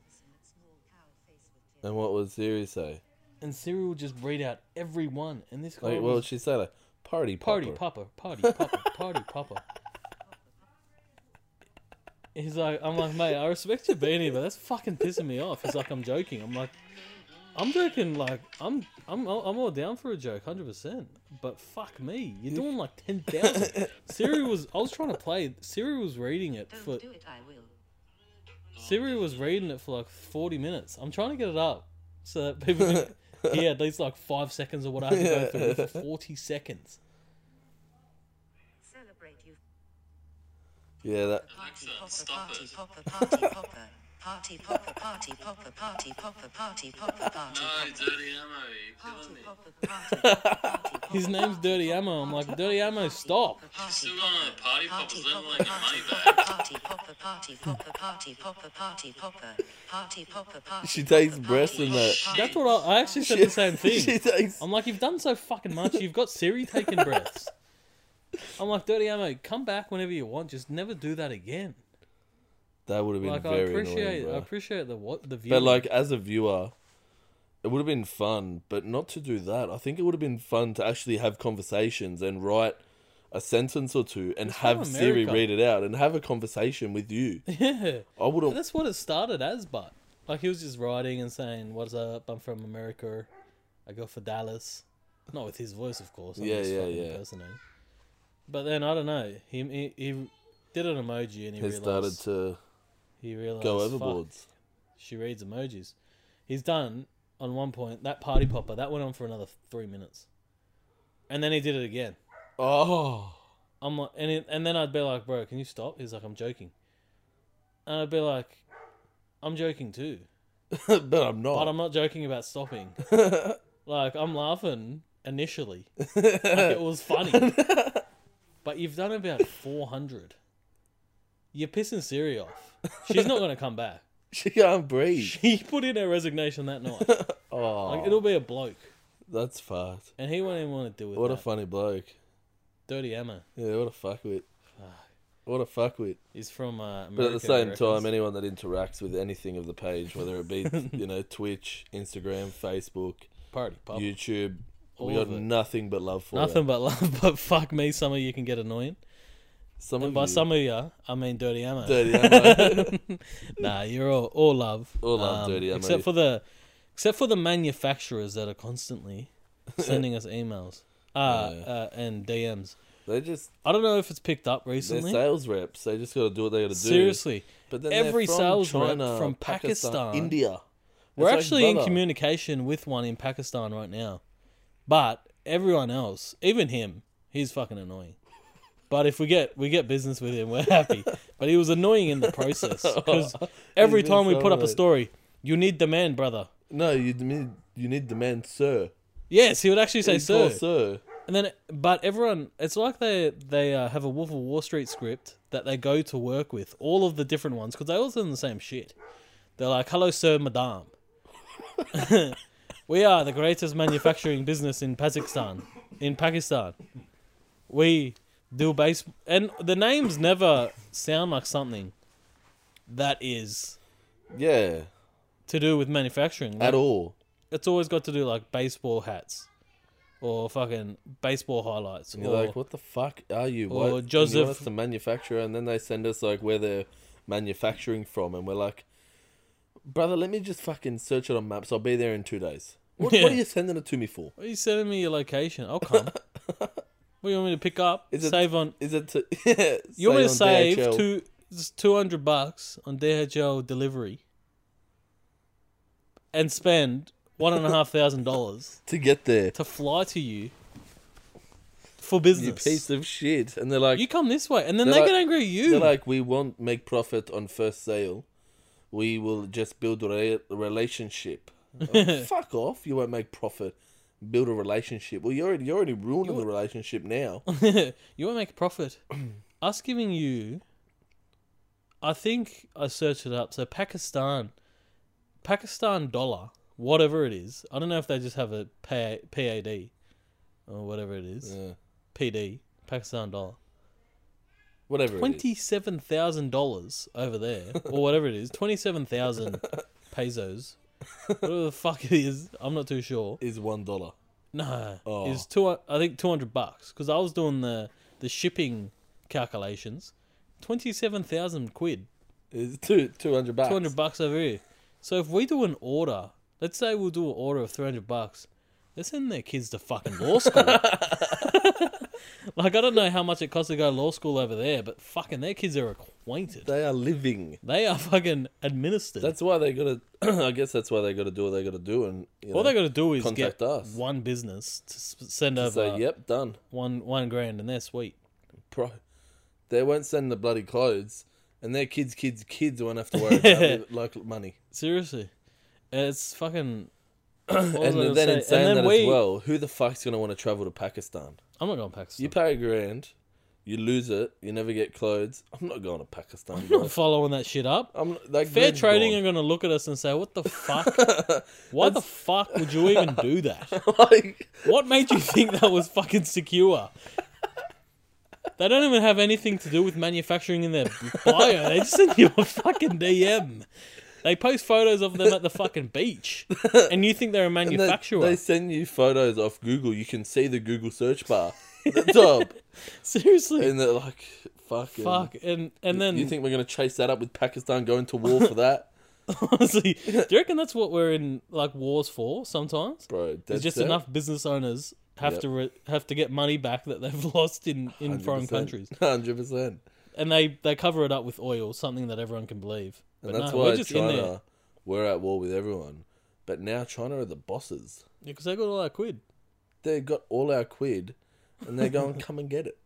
Speaker 1: And what would Siri say?
Speaker 3: and Siri will just read out every one. And this guy
Speaker 1: Like, well,
Speaker 3: was
Speaker 1: she said, like, "Party,
Speaker 3: party
Speaker 1: popper."
Speaker 3: papa, party papa, party papa. He's like, I'm like, mate, I respect you being here, but that's fucking pissing me off. He's like, I'm joking. I'm like, I'm joking. Like, I'm, I'm, I'm all down for a joke, hundred percent. But fuck me, you're doing like ten thousand. Siri was, I was trying to play. Siri was reading it for
Speaker 4: Don't do it, I will.
Speaker 3: Siri was reading it for like 40 minutes. I'm trying to get it up so that people can hear at least like five seconds of what I have to go through for 40 seconds.
Speaker 4: Celebrate you.
Speaker 1: yeah, that
Speaker 4: Party popper, party popper, party popper, party popper, party popper, party popper, party popper, party popper,
Speaker 5: Dirty ammo, you killing
Speaker 4: party
Speaker 5: me.
Speaker 4: popper, party popper,
Speaker 3: His name's Dirty Ammo. I'm like, Dirty Ammo, stop.
Speaker 4: party
Speaker 5: Still
Speaker 4: popper.
Speaker 5: on the party
Speaker 4: Party
Speaker 5: poppers, let alone
Speaker 4: popper,
Speaker 5: your money
Speaker 4: party
Speaker 5: back.
Speaker 4: popper, party popper, party popper, party popper, party popper, party popper, party
Speaker 1: she
Speaker 4: popper,
Speaker 1: takes breath
Speaker 4: party
Speaker 1: in that.
Speaker 3: That's what I, I actually said the same
Speaker 1: she
Speaker 3: thing.
Speaker 1: takes.
Speaker 3: I'm like, you've done so fucking much. You've got Siri taking breaths. I'm like, Dirty Ammo, come back whenever you want. Just never do that again.
Speaker 1: That would have been
Speaker 3: Like I
Speaker 1: very
Speaker 3: appreciate,
Speaker 1: annoying.
Speaker 3: I
Speaker 1: bro.
Speaker 3: appreciate the what the view.
Speaker 1: But like as a viewer, it would have been fun, but not to do that. I think it would have been fun to actually have conversations and write a sentence or two and
Speaker 3: from
Speaker 1: have Siri
Speaker 3: America.
Speaker 1: read it out and have a conversation with you.
Speaker 3: yeah,
Speaker 1: I wouldn't.
Speaker 3: that's what it started as. But like he was just writing and saying, "What's up? I'm from America. I go for Dallas." Not with his voice, of course. I'm
Speaker 1: Yeah,
Speaker 3: just
Speaker 1: yeah,
Speaker 3: fucking
Speaker 1: yeah.
Speaker 3: impersonating. But then I don't know. He he, he did an emoji and he
Speaker 1: It started
Speaker 3: realized
Speaker 1: to
Speaker 3: he realized
Speaker 1: go
Speaker 3: "Fuck,
Speaker 1: overboards.
Speaker 3: She reads emojis. He's done on one point that party popper that went on for another three minutes, and then he did it again.
Speaker 1: Oh,
Speaker 3: I'm like, and it, and then I'd be like, bro, can you stop? He's like, I'm joking, and I'd be like, I'm joking too,
Speaker 1: but I'm not.
Speaker 3: but I'm not joking about stopping. like I'm laughing initially, like it was funny, but you've done about 400. You're pissing Siri off. She's not gonna come back.
Speaker 1: she can't breathe.
Speaker 3: She put in her resignation that night.
Speaker 1: Oh,
Speaker 3: Like it'll be a bloke,
Speaker 1: that's fucked.
Speaker 3: and he won't even want to deal with
Speaker 1: What
Speaker 3: that.
Speaker 1: a funny bloke.
Speaker 3: Dirty Emma
Speaker 1: Yeah, what a fuckwit. What a fuckwit.
Speaker 3: is from uh, America.
Speaker 1: But at the
Speaker 3: I
Speaker 1: same
Speaker 3: reckons.
Speaker 1: time, anyone that interacts with anything of the page, whether it be you know Twitch, Instagram, Facebook,
Speaker 3: party pop.
Speaker 1: YouTube, we
Speaker 3: Oh. All
Speaker 1: got
Speaker 3: of it.
Speaker 1: nothing but love for
Speaker 3: Nothing
Speaker 1: you.
Speaker 3: but love, but fuck me, some of you can get annoying.
Speaker 1: Some
Speaker 3: And
Speaker 1: of
Speaker 3: by
Speaker 1: you,
Speaker 3: some of you, I mean Dirty Ammo.
Speaker 1: dirty ammo.
Speaker 3: nah, you're all, all love. Um,
Speaker 1: All love, Dirty Ammo.
Speaker 3: Except for the, except for the manufacturers that are constantly sending us emails uh,
Speaker 1: Yeah.
Speaker 3: uh, and DMs.
Speaker 1: they just
Speaker 3: I don't know if it's picked up
Speaker 1: they're
Speaker 3: recently.
Speaker 1: sales reps. They just got to do what they got to do.
Speaker 3: Seriously,
Speaker 1: but then
Speaker 3: every
Speaker 1: they're from
Speaker 3: sales rep
Speaker 1: China,
Speaker 3: from Pakistan-
Speaker 1: India.
Speaker 3: We're
Speaker 1: It's like,
Speaker 3: actually in
Speaker 1: brother,
Speaker 3: communication with one in Pakistan right now, but everyone else, even him, he's fucking annoying. But if we get we get business with him, we're happy. but he was annoying in the process because every
Speaker 1: been
Speaker 3: time we
Speaker 1: so
Speaker 3: put up a
Speaker 1: annoyed.
Speaker 3: story, you need the man, brother.
Speaker 1: No, you need you need the man, sir.
Speaker 3: Yes, he would actually say,
Speaker 1: He's called
Speaker 3: "Sir."
Speaker 1: sir.
Speaker 3: And then, but everyone, it's like they they uh, have a Wolf of Wall Street script that they go to work with all of the different ones because they all send the same shit. They're like, "Hello, sir, madam. we are the greatest manufacturing business in Pakistan. In Pakistan, we do base, and the names never sound like something that is
Speaker 1: Yeah,
Speaker 3: to do with manufacturing
Speaker 1: at all.
Speaker 3: it's always got to do like baseball hats or fucking baseball highlights
Speaker 1: You're
Speaker 3: or
Speaker 1: like, what the fuck are you?
Speaker 3: or
Speaker 1: Why and You
Speaker 3: Joseph-
Speaker 1: want us to manufacture, and then they send us like where they're manufacturing from, and we're like, brother, let me just fucking search it on maps. I'll be there in two days. What,
Speaker 3: Yeah.
Speaker 1: what are you sending it to me for?
Speaker 3: Why are you sending me your location? I'll come. what do you want me to pick up?
Speaker 1: Is it-
Speaker 3: save on.
Speaker 1: Is it to? yeah,
Speaker 3: You want me to
Speaker 1: say
Speaker 3: save
Speaker 1: on DHL?
Speaker 3: two two hundred bucks on DHL delivery and spend one and a half thousand dollars
Speaker 1: to get there?
Speaker 3: to fly to you for
Speaker 1: You
Speaker 3: business.
Speaker 1: piece of shit. And they're like,
Speaker 3: You come this way, and then
Speaker 1: They're
Speaker 3: they
Speaker 1: like-
Speaker 3: get angry at you.
Speaker 1: they're like, we won't make profit on first sale. We will just build a re- relationship. Oh, fuck off! You won't make profit. Build a relationship. Well, you're already, you're already ruining the relationship now.
Speaker 3: you want to make a profit. Us giving you, I think I searched it up. So Pakistan, Pakistan dollar, whatever it is. I don't know if they just have a P- PAD or whatever it is.
Speaker 1: Yeah.
Speaker 3: PD, Pakistan dollar.
Speaker 1: Whatever. it is.
Speaker 3: Twenty-seven thousand dollars over there, or whatever it is. Twenty-seven thousand pesos. Whatever the fuck it is, I'm not too sure.
Speaker 1: is one dollar.
Speaker 3: No,
Speaker 1: Oh.
Speaker 3: it's two. I think two hundred bucks because I was doing the the shipping calculations. Twenty seven thousand quid,
Speaker 1: It's two two hundred bucks.
Speaker 3: two hundred bucks over here. So if we do an order, let's say we'll do an order of three hundred bucks. They're sending their kids to fucking law school. like I don't know how much it costs to go to law school over there, but fucking their kids are acquainted.
Speaker 1: They are living.
Speaker 3: They are fucking administered.
Speaker 1: That's why they gotta. I guess that's why they gotta do what they gotta do. And you know,
Speaker 3: all they got to do is
Speaker 1: contact
Speaker 3: get
Speaker 1: us.
Speaker 3: one business to s- send over
Speaker 1: say, "Yep, done."
Speaker 3: one one grand, and they're sweet.
Speaker 1: Pro. They won't send the bloody clothes, and their kids, kids, kids won't have to worry about it, like money.
Speaker 3: Seriously, it's fucking.
Speaker 1: And then, in saying that as well, who the fuck's gonna want to travel to Pakistan?
Speaker 3: I'm not going to Pakistan.
Speaker 1: You pay a grand, you lose it, you never get clothes. I'm not going to Pakistan.
Speaker 3: I'm
Speaker 1: bro.
Speaker 3: not following that shit up.
Speaker 1: I'm not, like
Speaker 3: Fair
Speaker 1: they're
Speaker 3: trading
Speaker 1: gone.
Speaker 3: are going to look at us and say, "What the fuck? Why the fuck would you even do that?
Speaker 1: like
Speaker 3: What made you think that was fucking secure?" They don't even have anything to do with manufacturing in their bio. They just send you a fucking DM. They post photos of them at the fucking beach, and you think they're a
Speaker 1: And they-
Speaker 3: manufacturer.
Speaker 1: They, send you photos off Google. You can see the Google search bar at the top,
Speaker 3: Seriously,
Speaker 1: and they're like, "Fucking
Speaker 3: fuck. And and then
Speaker 1: you think we're gonna chase that up with Pakistan going to war for that,
Speaker 3: honestly, do you reckon that's what we're in like wars for? Sometimes
Speaker 1: bro?
Speaker 3: it's
Speaker 1: dead
Speaker 3: just
Speaker 1: set.
Speaker 3: enough business owners have
Speaker 1: Yep.
Speaker 3: to re- have to get money back that they've lost in in foreign countries,
Speaker 1: Hundred percent.
Speaker 3: and they they cover it up with oil, something that everyone can believe. But
Speaker 1: And that's
Speaker 3: no,
Speaker 1: why
Speaker 3: we're just in there
Speaker 1: China, we're at war with everyone. But now China are the bosses.
Speaker 3: because they got all that quid.
Speaker 1: They got all our quid, and they're going, "Come and get it,"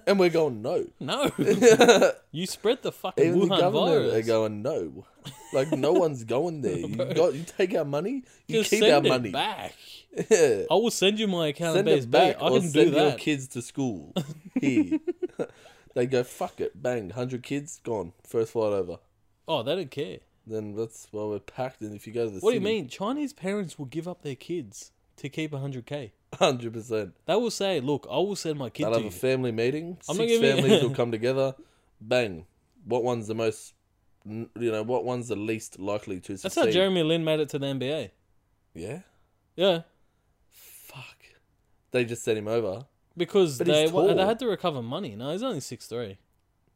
Speaker 1: and we're going, "No."
Speaker 3: No, you spread the fucking
Speaker 1: Even the
Speaker 3: Wuhan
Speaker 1: government are
Speaker 3: virus.
Speaker 1: going, "No." Like no one's going there. You got you take our money, you
Speaker 3: Just
Speaker 1: keep
Speaker 3: send
Speaker 1: our
Speaker 3: it
Speaker 1: money.
Speaker 3: back.
Speaker 1: Yeah.
Speaker 3: I will send you my account
Speaker 1: send
Speaker 3: base
Speaker 1: it back
Speaker 3: I
Speaker 1: or
Speaker 3: can do
Speaker 1: send your
Speaker 3: that.
Speaker 1: kids to school. Here. they go, fuck it, bang, 100 kids, gone, first flight over.
Speaker 3: Oh, they don't care.
Speaker 1: Then that's why we're packed. And if you go to the
Speaker 3: What do you
Speaker 1: city,
Speaker 3: mean? Chinese parents will give up their kids to keep 100k.
Speaker 1: 100%.
Speaker 3: They will say, "Look, I will send my kid
Speaker 1: They'll
Speaker 3: to
Speaker 1: have
Speaker 3: you."
Speaker 1: a family meeting.
Speaker 3: I'm not
Speaker 1: Six
Speaker 3: giving-
Speaker 1: families will come together. Bang. What one's the most, n- you know, what one's the least likely to succeed?
Speaker 3: That's how Jeremy Lin made it to the NBA.
Speaker 1: Yeah?
Speaker 3: Yeah,
Speaker 1: Fuck. They just sent him over.
Speaker 3: because
Speaker 1: But
Speaker 3: they
Speaker 1: he's
Speaker 3: wa- they
Speaker 1: tall.
Speaker 3: had to recover money. No, he's only six three.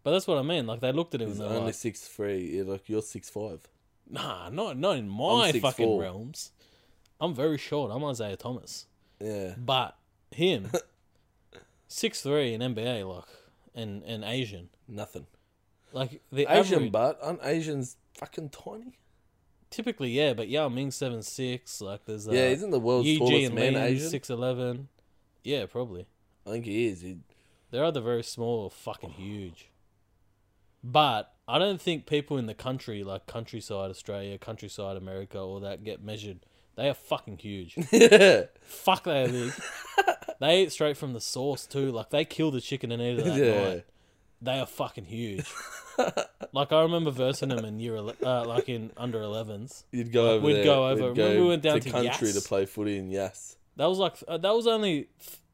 Speaker 3: But that's what I mean. Like they looked at him
Speaker 1: He's
Speaker 3: and they're
Speaker 1: only
Speaker 3: like,
Speaker 1: six three. You're like, you're six five.
Speaker 3: "Nah, not not in my
Speaker 1: six
Speaker 3: fucking
Speaker 1: four.
Speaker 3: realms. I'm very short. I'm Isaiah Thomas."
Speaker 1: Yeah.
Speaker 3: But him, six three in NBA, like, and and Asian,
Speaker 1: Nothing.
Speaker 3: like the
Speaker 1: Asian
Speaker 3: Asian,
Speaker 1: but aren't Asians fucking tiny?
Speaker 3: typically yeah, but Yao Ming seven six, like there's uh,
Speaker 1: yeah, isn't the world's
Speaker 3: Yee Ji
Speaker 1: tallest
Speaker 3: and
Speaker 1: man
Speaker 3: Lin
Speaker 1: Asian?
Speaker 3: six eleven, yeah, probably.
Speaker 1: I think he is. He,
Speaker 3: They're either very small or fucking huge. But I don't think people in the country, like countryside Australia, countryside America, all that, get measured. They are fucking huge.
Speaker 1: yeah,
Speaker 3: Fuck they are big. they eat straight from the source too. Like they kill the chicken and eat it that
Speaker 1: yeah.
Speaker 3: night. they are fucking huge. like I remember versing them in year, ele- uh, like in under 11s.
Speaker 1: You'd go over.
Speaker 3: we'd
Speaker 1: there.
Speaker 3: go over. Remember we went down to
Speaker 1: country
Speaker 3: Yass?
Speaker 1: to play footy in Yass.
Speaker 3: That was like uh, that was only,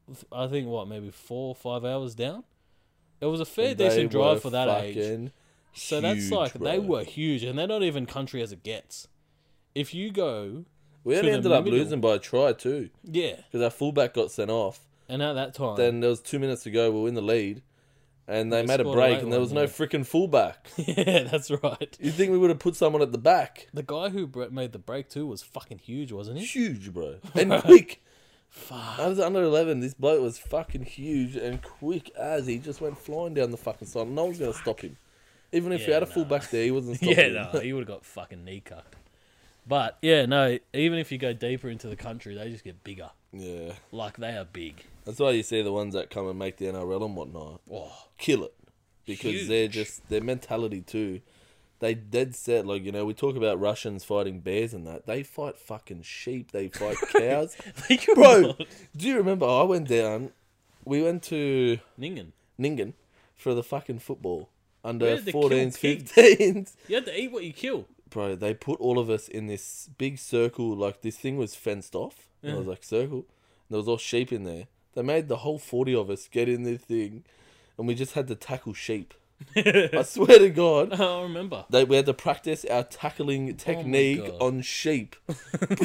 Speaker 3: th- I think what maybe four or five hours down. It was a fair
Speaker 1: And they
Speaker 3: decent
Speaker 1: were
Speaker 3: drive for that age.
Speaker 1: fucking
Speaker 3: So that's
Speaker 1: huge,
Speaker 3: like they
Speaker 1: bro.
Speaker 3: were huge, and they're not even country as it gets. If you go,
Speaker 1: We only
Speaker 3: the
Speaker 1: ended up
Speaker 3: middle.
Speaker 1: losing by a try too,
Speaker 3: yeah,
Speaker 1: because our fullback got sent off.
Speaker 3: and at that time,
Speaker 1: Then there was two minutes to go. We were in the lead, and they
Speaker 3: They
Speaker 1: made a
Speaker 3: scored a
Speaker 1: break,
Speaker 3: late
Speaker 1: and there was
Speaker 3: one,
Speaker 1: no freaking fullback.
Speaker 3: yeah, that's right.
Speaker 1: You'd think we would have put someone at the back.
Speaker 3: The guy who bre- made the break too was fucking huge, wasn't he?
Speaker 1: Huge, bro, and quick.
Speaker 3: Fuck.
Speaker 1: I was under eleven. This bloke was fucking huge and quick as he just went flying down the fucking side. No one's gonna stop him. Even if we
Speaker 3: Yeah,
Speaker 1: had a
Speaker 3: nah.
Speaker 1: fullback there, he wasn't stopping.
Speaker 3: Yeah,
Speaker 1: him.
Speaker 3: no, he would have got fucking knee cucked. But yeah, no, even if you go deeper into the country, they just get bigger.
Speaker 1: Yeah.
Speaker 3: Like they are big.
Speaker 1: That's why you see the ones that come and make the NRL and whatnot
Speaker 3: Oh,
Speaker 1: kill it because they're
Speaker 3: Huge.
Speaker 1: just their mentality too. They dead set like you know we talk about Russians fighting bears and that they fight fucking sheep. They fight cows. Bro, do you remember? I went down. We went to
Speaker 3: Ningen.
Speaker 1: Ningen for the fucking football under
Speaker 3: Where did they kill
Speaker 1: 14s,
Speaker 3: pigs?
Speaker 1: 15s.
Speaker 3: You had to eat what you kill.
Speaker 1: bro, they put all of us in this big circle. Like this thing was fenced off. And it was like circle. And there was all sheep in there. They made the whole forty of us get in this thing, and we just had to tackle sheep. I swear to God,
Speaker 3: I remember.
Speaker 1: they we had to practice our tackling technique
Speaker 3: Oh God.
Speaker 1: on sheep.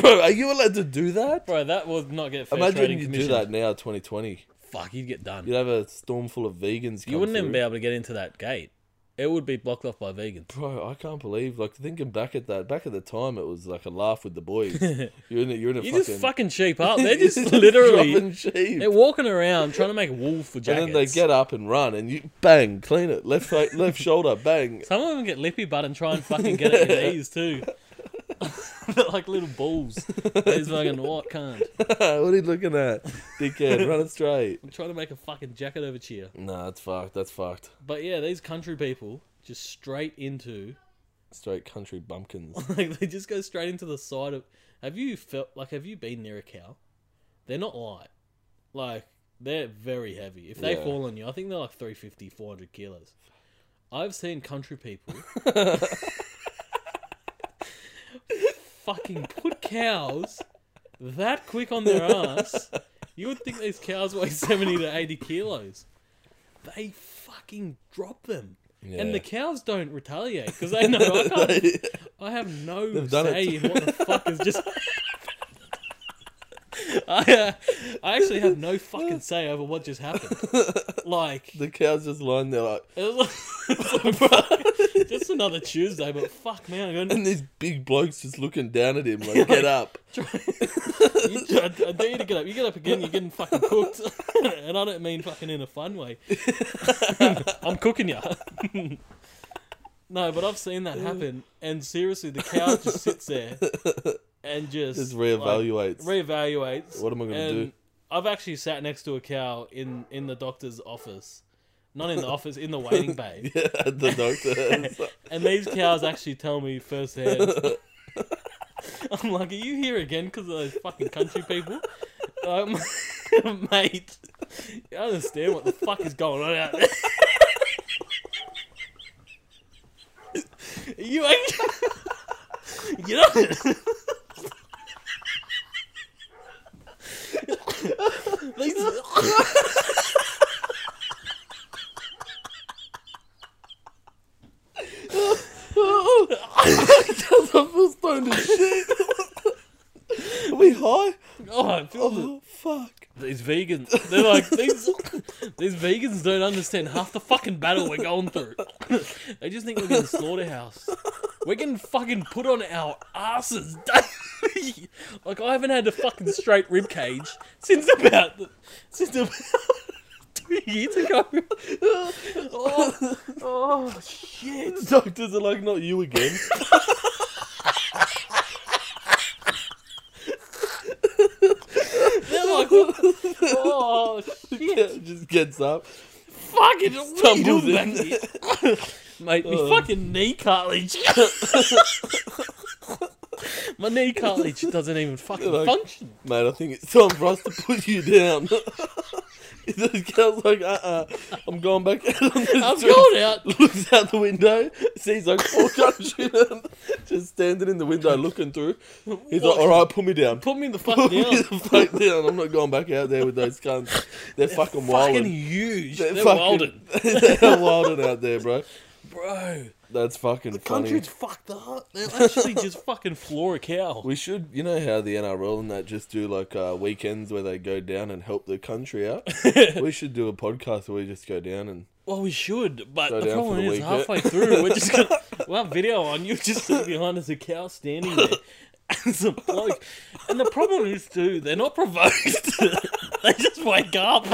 Speaker 1: bro, are you allowed to do that?
Speaker 3: Bro, that would not get fair
Speaker 1: Imagine
Speaker 3: trading
Speaker 1: you do
Speaker 3: commission.
Speaker 1: that now, twenty twenty.
Speaker 3: Fuck, you'd get done.
Speaker 1: You'd have a storm full of vegans.
Speaker 3: you
Speaker 1: come
Speaker 3: wouldn't even
Speaker 1: through.
Speaker 3: be able to get into that gate. It would be blocked off by vegans.
Speaker 1: Bro, I can't believe. Like thinking back at that, back at the time, it was like a laugh with the boys. You're in, a, you're in a
Speaker 3: You
Speaker 1: fucking.
Speaker 3: just fucking sheep up. They're
Speaker 1: You're
Speaker 3: just literally
Speaker 1: dropping sheep.
Speaker 3: they're walking around trying to make wool for
Speaker 1: and
Speaker 3: jackets.
Speaker 1: then they get up and run, and you bang, clean it, left leg- left shoulder, bang.
Speaker 3: Some of them get lippy butt and try and fucking get at your knees too. They're like little balls. These fucking "Oh, what kind?
Speaker 1: what are you looking at, dickhead? run it straight.
Speaker 3: I'm trying to make a fucking jacket over cheer.
Speaker 1: Nah, that's fucked. That's fucked.
Speaker 3: But yeah, these country people just straight into
Speaker 1: Straight country bumpkins.
Speaker 3: like they just go straight into the side of. Have you felt like have you been near a cow? They're not light. Like they're very heavy. If they
Speaker 1: Yeah.
Speaker 3: fall on you, I think they're like 350, 400 kilos. I've seen country people fucking put cows that quick on their ass. You would think these cows weigh 70 to 80 kilos. they fucking drop them.
Speaker 1: Yeah.
Speaker 3: And the cows don't retaliate because they know I, can't, I have no
Speaker 1: done it
Speaker 3: say
Speaker 1: to-
Speaker 3: in what the fuck is just. I, uh, I actually have no fucking say over what just happened. Like,
Speaker 1: the cows just lying there like,
Speaker 3: it was like, it's like, fuck, just another Tuesday, but fuck, man, I got
Speaker 1: and these big blokes just looking down at him like, get up.
Speaker 3: You, I, I dare you to get up. You get up again, you're getting fucking cooked. and I don't mean fucking in a fun way. I'm cooking you. no, but I've seen that happen. And seriously, the cow just sits there and just.
Speaker 1: Just
Speaker 3: like,
Speaker 1: reevaluates.
Speaker 3: reevaluates.
Speaker 1: What am I gonna
Speaker 3: and
Speaker 1: do?
Speaker 3: I've actually sat next to a cow in, in the doctor's office. Not in the office, in the waiting bay.
Speaker 1: yeah, at the doctor.
Speaker 3: And these cows actually tell me firsthand. I'm like, are you here again because of those fucking country people? Um, mate, I understand what the fuck is going on out there. Are you actually. Get up These-
Speaker 1: I feel stoned as shit. Are we high?
Speaker 3: Oh, I feel the-
Speaker 1: Oh, fuck.
Speaker 3: These vegans, they're like these. these vegans don't understand half the fucking battle we're going through. they just think we're getting slaughterhouse. We're getting fucking put on our asses daily. like I haven't had a fucking straight rib cage since about since about two years ago. oh, oh shit!
Speaker 1: Doctors are like, not you again.
Speaker 3: They're like, oh shit!
Speaker 1: just gets up.
Speaker 3: fucking
Speaker 1: Stumbles
Speaker 3: stumbles Uh.
Speaker 1: in.
Speaker 3: back here. Mate, my fucking knee cartilage. my knee cartilage doesn't even fucking
Speaker 1: Like-
Speaker 3: function.
Speaker 1: Mate, I think it's time for us to put you down. Those girl's like, uh-uh, I'm going back out on the
Speaker 3: I'm
Speaker 1: street.
Speaker 3: going out.
Speaker 1: Looks out the window, sees like four gunshooters just standing in the window looking through. He's like, all right, put me down.
Speaker 3: Put me in the
Speaker 1: Put
Speaker 3: fuck
Speaker 1: me
Speaker 3: down.
Speaker 1: the fuck down. I'm not going back out there with those cunts. They're, fucking
Speaker 3: Fucking
Speaker 1: wilding.
Speaker 3: huge.
Speaker 1: They're
Speaker 3: They're,
Speaker 1: fucking-
Speaker 3: wilding.
Speaker 1: They're wilding out there, bro.
Speaker 3: Bro,
Speaker 1: That's fucking funny.
Speaker 3: country's fucked up. They'll actually just fucking floor a cow.
Speaker 1: We should, you know how the NRL and that just do like uh, weekends where they go down and help the country out. we should do a podcast where we just go down and
Speaker 3: Well, we should, but
Speaker 1: Go
Speaker 3: the
Speaker 1: down for
Speaker 3: problem
Speaker 1: the
Speaker 3: is
Speaker 1: weekend.
Speaker 3: halfway through, we're just gonna. We'll have video on. You just sit behind as a cow standing there. As a bloke. And the problem is, too, they're not provoked. they just wake up.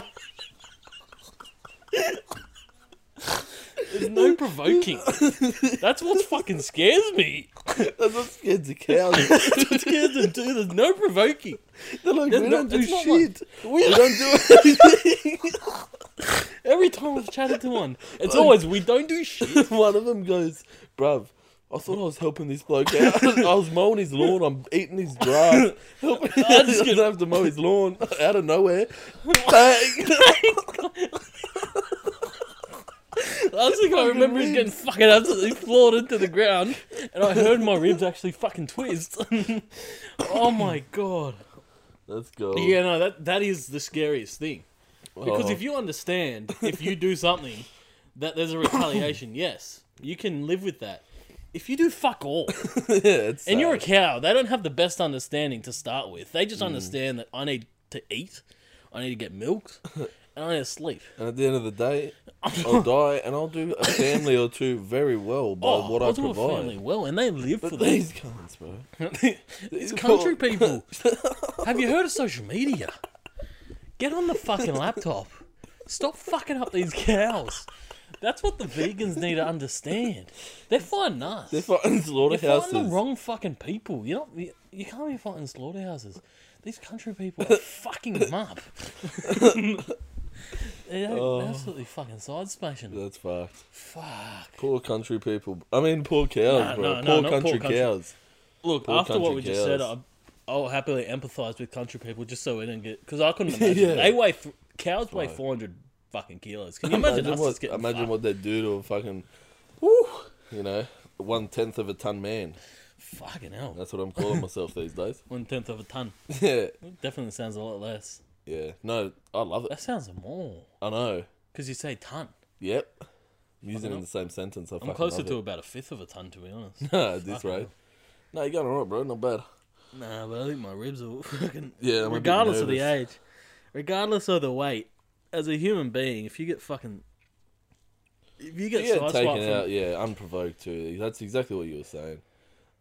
Speaker 3: There's no provoking. That's what fucking scares me.
Speaker 1: that's what scares the cows.
Speaker 3: That's what scares them too. There's no provoking.
Speaker 1: They're like, we
Speaker 3: no-
Speaker 1: don't do
Speaker 3: it's not
Speaker 1: shit. we don't do anything.
Speaker 3: Every time I've chatted to one, it's always we don't do shit.
Speaker 1: One of them goes, bruv. I thought I was helping this bloke out. I was mowing his lawn. I'm eating his grass. Helping him. I
Speaker 3: just
Speaker 1: didn't have to mow his lawn out of nowhere. Bang!
Speaker 3: Last thing I remember is getting fucking absolutely floored into the ground, and I heard my ribs actually fucking twist. oh my god!
Speaker 1: Let's go.
Speaker 3: Yeah, no, that that is the scariest thing because
Speaker 1: Oh.
Speaker 3: if you understand, if you do something, that there's a retaliation. Yes, you can live with that. If you do fuck all,
Speaker 1: yeah, it's
Speaker 3: and you're a
Speaker 1: sad.
Speaker 3: cow, they don't have the best understanding to start with. They
Speaker 1: Mm.
Speaker 3: just understand that I need to eat, I need to get milked, and I need to sleep.
Speaker 1: And at the end of the day, I'll die, and I'll do a family or two very well by what I
Speaker 3: I'll Oh, do a family
Speaker 1: provide.
Speaker 3: well, and they live for
Speaker 1: But
Speaker 3: that.
Speaker 1: these cunts, bro.
Speaker 3: it's country people. Have you heard of social media? Get on the fucking laptop. Stop fucking up these cows. That's what the vegans need to understand. They're fighting us.
Speaker 1: They're fighting
Speaker 3: You're fighting
Speaker 1: slaughterhouses.
Speaker 3: the wrong fucking people. You're not. You, you can't be fighting slaughterhouses. These country people are fucking them up. They're absolutely fucking side smashing.
Speaker 1: That's fucked.
Speaker 3: Fuck.
Speaker 1: Poor country people. I mean, poor cows,
Speaker 3: Nah,
Speaker 1: bro.
Speaker 3: nah,
Speaker 1: poor,
Speaker 3: nah, not
Speaker 1: country
Speaker 3: poor country.
Speaker 1: cows.
Speaker 3: Look,
Speaker 1: Poor
Speaker 3: after what
Speaker 1: country
Speaker 3: we just said,
Speaker 1: cows.
Speaker 3: I, I'll happily empathise with country people just so we didn't get because I couldn't imagine.
Speaker 1: Yeah.
Speaker 3: They weigh th- cows weigh four hundred fucking kilos. Can you imagine, us
Speaker 1: what,
Speaker 3: just getting
Speaker 1: imagine
Speaker 3: fucked?
Speaker 1: what they do to a fucking, you know, one tenth of a ton man.
Speaker 3: Fucking hell,
Speaker 1: That's what I'm calling myself these days.
Speaker 3: one tenth of a ton.
Speaker 1: Yeah,
Speaker 3: Definitely sounds a lot less.
Speaker 1: yeah. No, I love it.
Speaker 3: That sounds more.
Speaker 1: I know.
Speaker 3: Because you say ton.
Speaker 1: Yep. I'm using it in the same sentence. I
Speaker 3: I'm
Speaker 1: fucking
Speaker 3: closer
Speaker 1: love
Speaker 3: to
Speaker 1: it.
Speaker 3: about a fifth of a ton, to be honest.
Speaker 1: Nah, at this rate. No, you're going alright, bro. Not bad.
Speaker 3: nah, but I think my ribs are fucking.
Speaker 1: Yeah, I'm a bit
Speaker 3: regardless of the age,
Speaker 1: nervous.
Speaker 3: regardless of the weight, as a human being, if you get fucking. If you get
Speaker 1: Yeah,
Speaker 3: sideswiped
Speaker 1: taken
Speaker 3: from-
Speaker 1: out. Yeah, unprovoked too. That's exactly what you were saying.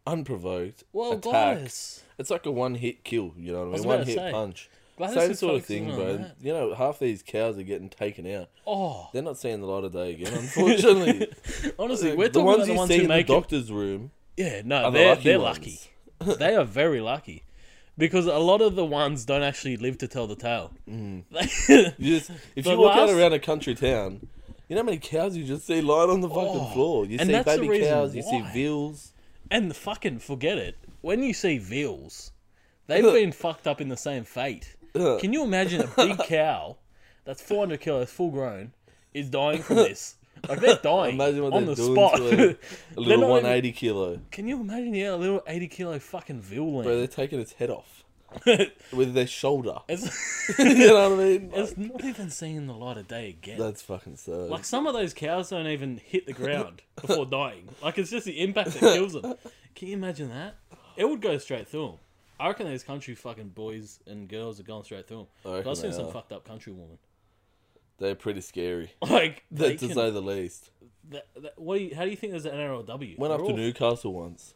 Speaker 1: Unprovoked.
Speaker 3: Well,
Speaker 1: attack.
Speaker 3: guys.
Speaker 1: It's like a one hit kill, you know what I mean?
Speaker 3: was
Speaker 1: one
Speaker 3: about to
Speaker 1: hit
Speaker 3: say.
Speaker 1: punch.
Speaker 3: Gladys
Speaker 1: Same
Speaker 3: is
Speaker 1: sort of
Speaker 3: focusing
Speaker 1: thing,
Speaker 3: on
Speaker 1: bro.
Speaker 3: that.
Speaker 1: You know, half these cows are getting taken out.
Speaker 3: Oh,
Speaker 1: They're not seeing the light of day again, unfortunately.
Speaker 3: honestly, we're
Speaker 1: the
Speaker 3: talking
Speaker 1: ones
Speaker 3: about the
Speaker 1: you
Speaker 3: ones
Speaker 1: see
Speaker 3: who
Speaker 1: in the
Speaker 3: make it.
Speaker 1: doctor's room.
Speaker 3: Yeah, no,
Speaker 1: are the
Speaker 3: they're
Speaker 1: lucky
Speaker 3: they're lucky.
Speaker 1: ones.
Speaker 3: they are very lucky because a lot of the ones don't actually live to tell the tale. They-
Speaker 1: You just, if
Speaker 3: The
Speaker 1: you walk
Speaker 3: last-
Speaker 1: out around a country town, you know how many cows you just see lying on the fucking
Speaker 3: Oh,
Speaker 1: floor. You
Speaker 3: and
Speaker 1: see
Speaker 3: that's the
Speaker 1: baby
Speaker 3: reason
Speaker 1: cows, you see
Speaker 3: why.
Speaker 1: veals.
Speaker 3: and fucking forget it. When you see veals, they've been fucked up in the same fate. Can you imagine a big cow that's 400 kilos, full grown, is dying from this? Like they're dying
Speaker 1: Imagine what
Speaker 3: on
Speaker 1: they're
Speaker 3: the
Speaker 1: doing
Speaker 3: spot.
Speaker 1: to a, a
Speaker 3: They're
Speaker 1: little
Speaker 3: not
Speaker 1: 180
Speaker 3: even-
Speaker 1: kilo.
Speaker 3: Can you imagine? Yeah, a little 80 kilo fucking veal
Speaker 1: Bro,
Speaker 3: lamb.
Speaker 1: they're taking its head off with their shoulder.
Speaker 3: It's,
Speaker 1: you know what I mean? Like,
Speaker 3: it's not even seeing the light of day again.
Speaker 1: that's fucking sad.
Speaker 3: Like some of those cows don't even hit the ground before dying. Like it's just the impact that kills them. Can you imagine that? It would go straight through them. I reckon those country fucking boys and girls are going straight through
Speaker 1: I
Speaker 3: them.
Speaker 1: reckon
Speaker 3: I've seen
Speaker 1: they
Speaker 3: some
Speaker 1: are.
Speaker 3: fucked up country woman.
Speaker 1: They're pretty scary.
Speaker 3: Like they
Speaker 1: That, to
Speaker 3: can,
Speaker 1: say the least.
Speaker 3: that, that, what do you, how do you think there's an NRLW?
Speaker 1: Went
Speaker 3: They're
Speaker 1: up to
Speaker 3: all-
Speaker 1: Newcastle once.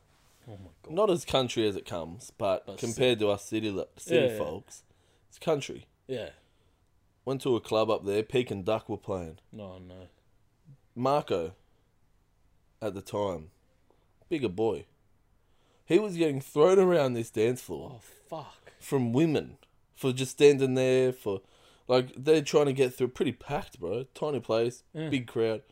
Speaker 3: Oh my god.
Speaker 1: Not as country as it comes, but,
Speaker 3: But
Speaker 1: compared to us city lo- city
Speaker 3: Yeah, yeah.
Speaker 1: folks, it's country.
Speaker 3: Yeah.
Speaker 1: Went to a club up there. Peak and Duck were playing.
Speaker 3: No, no.
Speaker 1: Marco, at the time, bigger boy. He was getting thrown around this dance floor.
Speaker 3: Oh fuck.
Speaker 1: from women for just standing there for like they're trying to get through pretty packed bro tiny place big crowd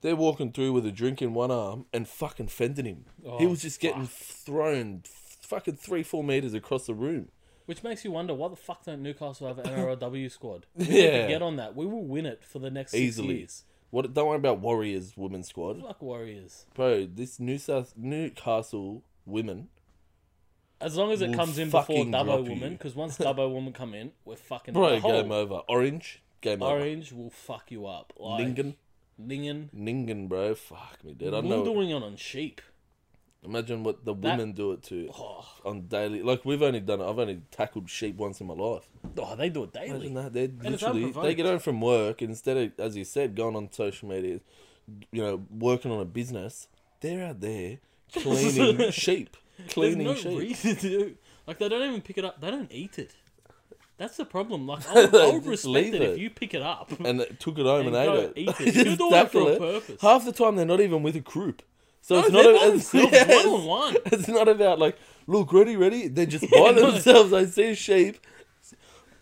Speaker 1: they're walking through with a drink in one arm and fucking fending him he
Speaker 3: Oh,
Speaker 1: was just getting thrown fucking three four meters across the room
Speaker 3: Which makes you wonder why the fuck don't Newcastle have an NRLW squad? We need to
Speaker 1: Yeah.
Speaker 3: Get on that. We will win it for the next
Speaker 1: Easily.
Speaker 3: six years.
Speaker 1: what don't worry about warriors women's squad
Speaker 3: Fuck Warriors.
Speaker 1: bro this new south newcastle women
Speaker 3: As long as it
Speaker 1: We'll
Speaker 3: comes in before
Speaker 1: fucking
Speaker 3: Dubbo
Speaker 1: drop you.
Speaker 3: Woman, because once Dubbo Woman come in, we're fucking
Speaker 1: bro
Speaker 3: the whole
Speaker 1: game over orange game over
Speaker 3: Orange will fuck you up. Like,
Speaker 1: ningen
Speaker 3: Ningen.
Speaker 1: ningen bro fuck me dude i know
Speaker 3: Wildering on on sheep.
Speaker 1: Imagine what the women do it to
Speaker 3: Oh.
Speaker 1: on daily. Like we've only done it. I've only tackled sheep once in my life.
Speaker 3: Oh, they do it
Speaker 1: Imagine
Speaker 3: daily.
Speaker 1: that they
Speaker 3: it's
Speaker 1: literally they
Speaker 3: unprovoked.
Speaker 1: get home from work and instead of as you said going on social media, you know working on a business. They're out there cleaning sheep,
Speaker 3: There's
Speaker 1: cleaning
Speaker 3: no
Speaker 1: sheep.
Speaker 3: reason to. Like they don't even pick it up. They don't eat it. That's the problem. Like I would, I would
Speaker 1: Just
Speaker 3: respect
Speaker 1: leave
Speaker 3: it,
Speaker 1: it.
Speaker 3: if you pick it up.
Speaker 1: And they took it home and,
Speaker 3: And go
Speaker 1: ate
Speaker 3: eat
Speaker 1: it.
Speaker 3: it.
Speaker 1: Just
Speaker 3: You're doing it for a
Speaker 1: tackle
Speaker 3: purpose.
Speaker 1: Half the time they're not even with a group. So
Speaker 3: No,
Speaker 1: it's not,
Speaker 3: they're by
Speaker 1: a, it's,
Speaker 3: themselves,
Speaker 1: yes.
Speaker 3: one on one.
Speaker 1: It's not about like, look, ready, ready. They're just by
Speaker 3: no.
Speaker 1: themselves. I see a sheep,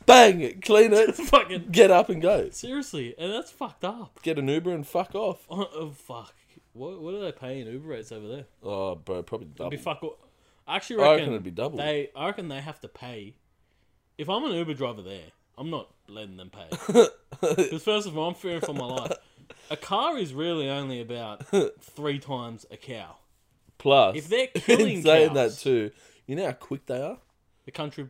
Speaker 1: bang, clean it,
Speaker 3: fucking
Speaker 1: get up and go.
Speaker 3: seriously, and that's fucked up.
Speaker 1: Get an Uber and fuck off.
Speaker 3: Oh, oh, fuck. What what are they paying Uber rates over there?
Speaker 1: Oh, bro, probably double.
Speaker 3: It'd be fuck. all- I actually
Speaker 1: I
Speaker 3: reckon,
Speaker 1: reckon it'd be double.
Speaker 3: They, I reckon they have to pay. If I'm an Uber driver there, I'm not letting them pay. Because first of all, I'm fearing for my life. A car is really only about three times a cow.
Speaker 1: Plus,
Speaker 3: If they're
Speaker 1: in
Speaker 3: killing
Speaker 1: saying
Speaker 3: cows-
Speaker 1: that too, you know how quick they are.
Speaker 3: The country.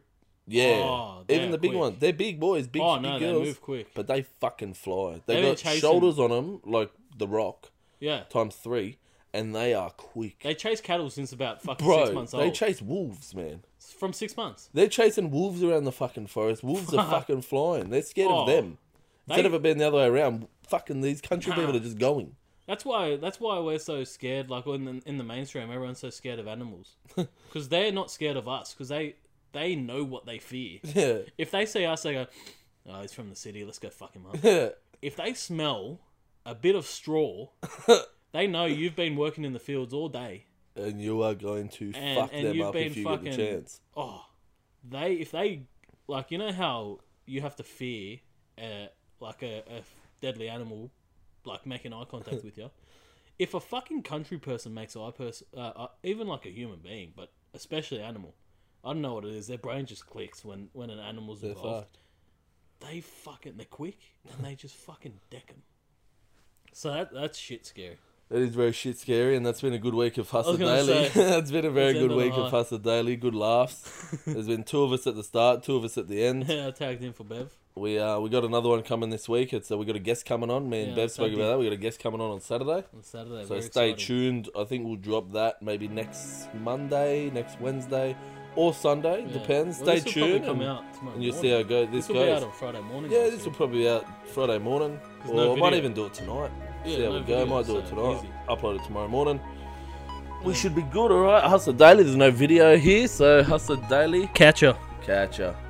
Speaker 1: Yeah,
Speaker 3: Oh, they
Speaker 1: even
Speaker 3: are
Speaker 1: the big
Speaker 3: quick.
Speaker 1: ones. They're big boys, big,
Speaker 3: Oh
Speaker 1: big
Speaker 3: no, they
Speaker 1: girls,
Speaker 3: move quick.
Speaker 1: but they fucking fly. They
Speaker 3: They've been
Speaker 1: got
Speaker 3: chasing-
Speaker 1: shoulders on them like the Rock
Speaker 3: Yeah,
Speaker 1: times three, and they are quick.
Speaker 3: they chase cattle since about fucking
Speaker 1: Bro,
Speaker 3: six months
Speaker 1: they
Speaker 3: old.
Speaker 1: chase wolves, man.
Speaker 3: From six months.
Speaker 1: They're chasing wolves around the fucking forest. Wolves are fucking flying. They're scared
Speaker 3: Oh,
Speaker 1: of them. Instead
Speaker 3: they-
Speaker 1: of it being the other way around, fucking these country people are just going.
Speaker 3: That's why. That's why we're so scared. Like in the, in the mainstream, everyone's so scared of animals because they're not scared of us because they they know what they fear.
Speaker 1: Yeah,
Speaker 3: If they see us, they go, "Oh, he's from the city. Let's go fuck him up."
Speaker 1: yeah.
Speaker 3: if they smell a bit of straw, they know you've been working in the fields all day.
Speaker 1: And you are going to
Speaker 3: And-
Speaker 1: fuck
Speaker 3: and
Speaker 1: them
Speaker 3: you've
Speaker 1: up
Speaker 3: been
Speaker 1: if you get
Speaker 3: fucking-
Speaker 1: the chance.
Speaker 3: Oh, they if they like you know how you have to fear uh, like a, a deadly animal like making eye contact with you. If a fucking country person makes eye person uh, uh, even like a human being, but especially animal, I don't know what it is. Their brain just clicks when when an animal's
Speaker 1: They're
Speaker 3: involved.
Speaker 1: fucked.
Speaker 3: they fucking they're quick and they just fucking deck them. So that that's shit scary.
Speaker 1: That is very shit scary, and that's been a good week of Hustle
Speaker 3: gonna
Speaker 1: Daily.
Speaker 3: say,
Speaker 1: that's been a very
Speaker 3: it's
Speaker 1: good
Speaker 3: ended
Speaker 1: week
Speaker 3: on a
Speaker 1: of
Speaker 3: high.
Speaker 1: Hustle Daily. Good laughs. There's been two of us at the start, two of us at the end.
Speaker 3: Yeah, I tagged in for Bev.
Speaker 1: We uh, we got another one coming this week. It's uh, we got a guest coming on. Me and
Speaker 3: Yeah,
Speaker 1: Bev spoke
Speaker 3: Saturday.
Speaker 1: about that. We got a guest coming on on Saturday.
Speaker 3: on Saturday.
Speaker 1: So
Speaker 3: Very
Speaker 1: stay
Speaker 3: exciting.
Speaker 1: tuned. I think we'll drop that maybe next Monday, next Wednesday, or Sunday.
Speaker 3: Yeah.
Speaker 1: Depends.
Speaker 3: Well, this
Speaker 1: stay
Speaker 3: will probably
Speaker 1: tuned,
Speaker 3: Come
Speaker 1: and,
Speaker 3: out tomorrow
Speaker 1: and you'll see
Speaker 3: morning.
Speaker 1: how go this
Speaker 3: This will be out
Speaker 1: goes.
Speaker 3: on Friday morning.
Speaker 1: Yeah,
Speaker 3: I
Speaker 1: this will
Speaker 3: think.
Speaker 1: probably be out Friday morning,
Speaker 3: There's no
Speaker 1: or I might
Speaker 3: video.
Speaker 1: even do it tonight.
Speaker 3: Yeah,
Speaker 1: see how
Speaker 3: no
Speaker 1: we go.
Speaker 3: video,
Speaker 1: might do it
Speaker 3: so
Speaker 1: tonight.
Speaker 3: easy.
Speaker 1: Upload it tomorrow morning. We should be good, all right. Hustle Daily. There's no video here, so Hustle Daily.
Speaker 3: Catcher.
Speaker 1: Catch ya.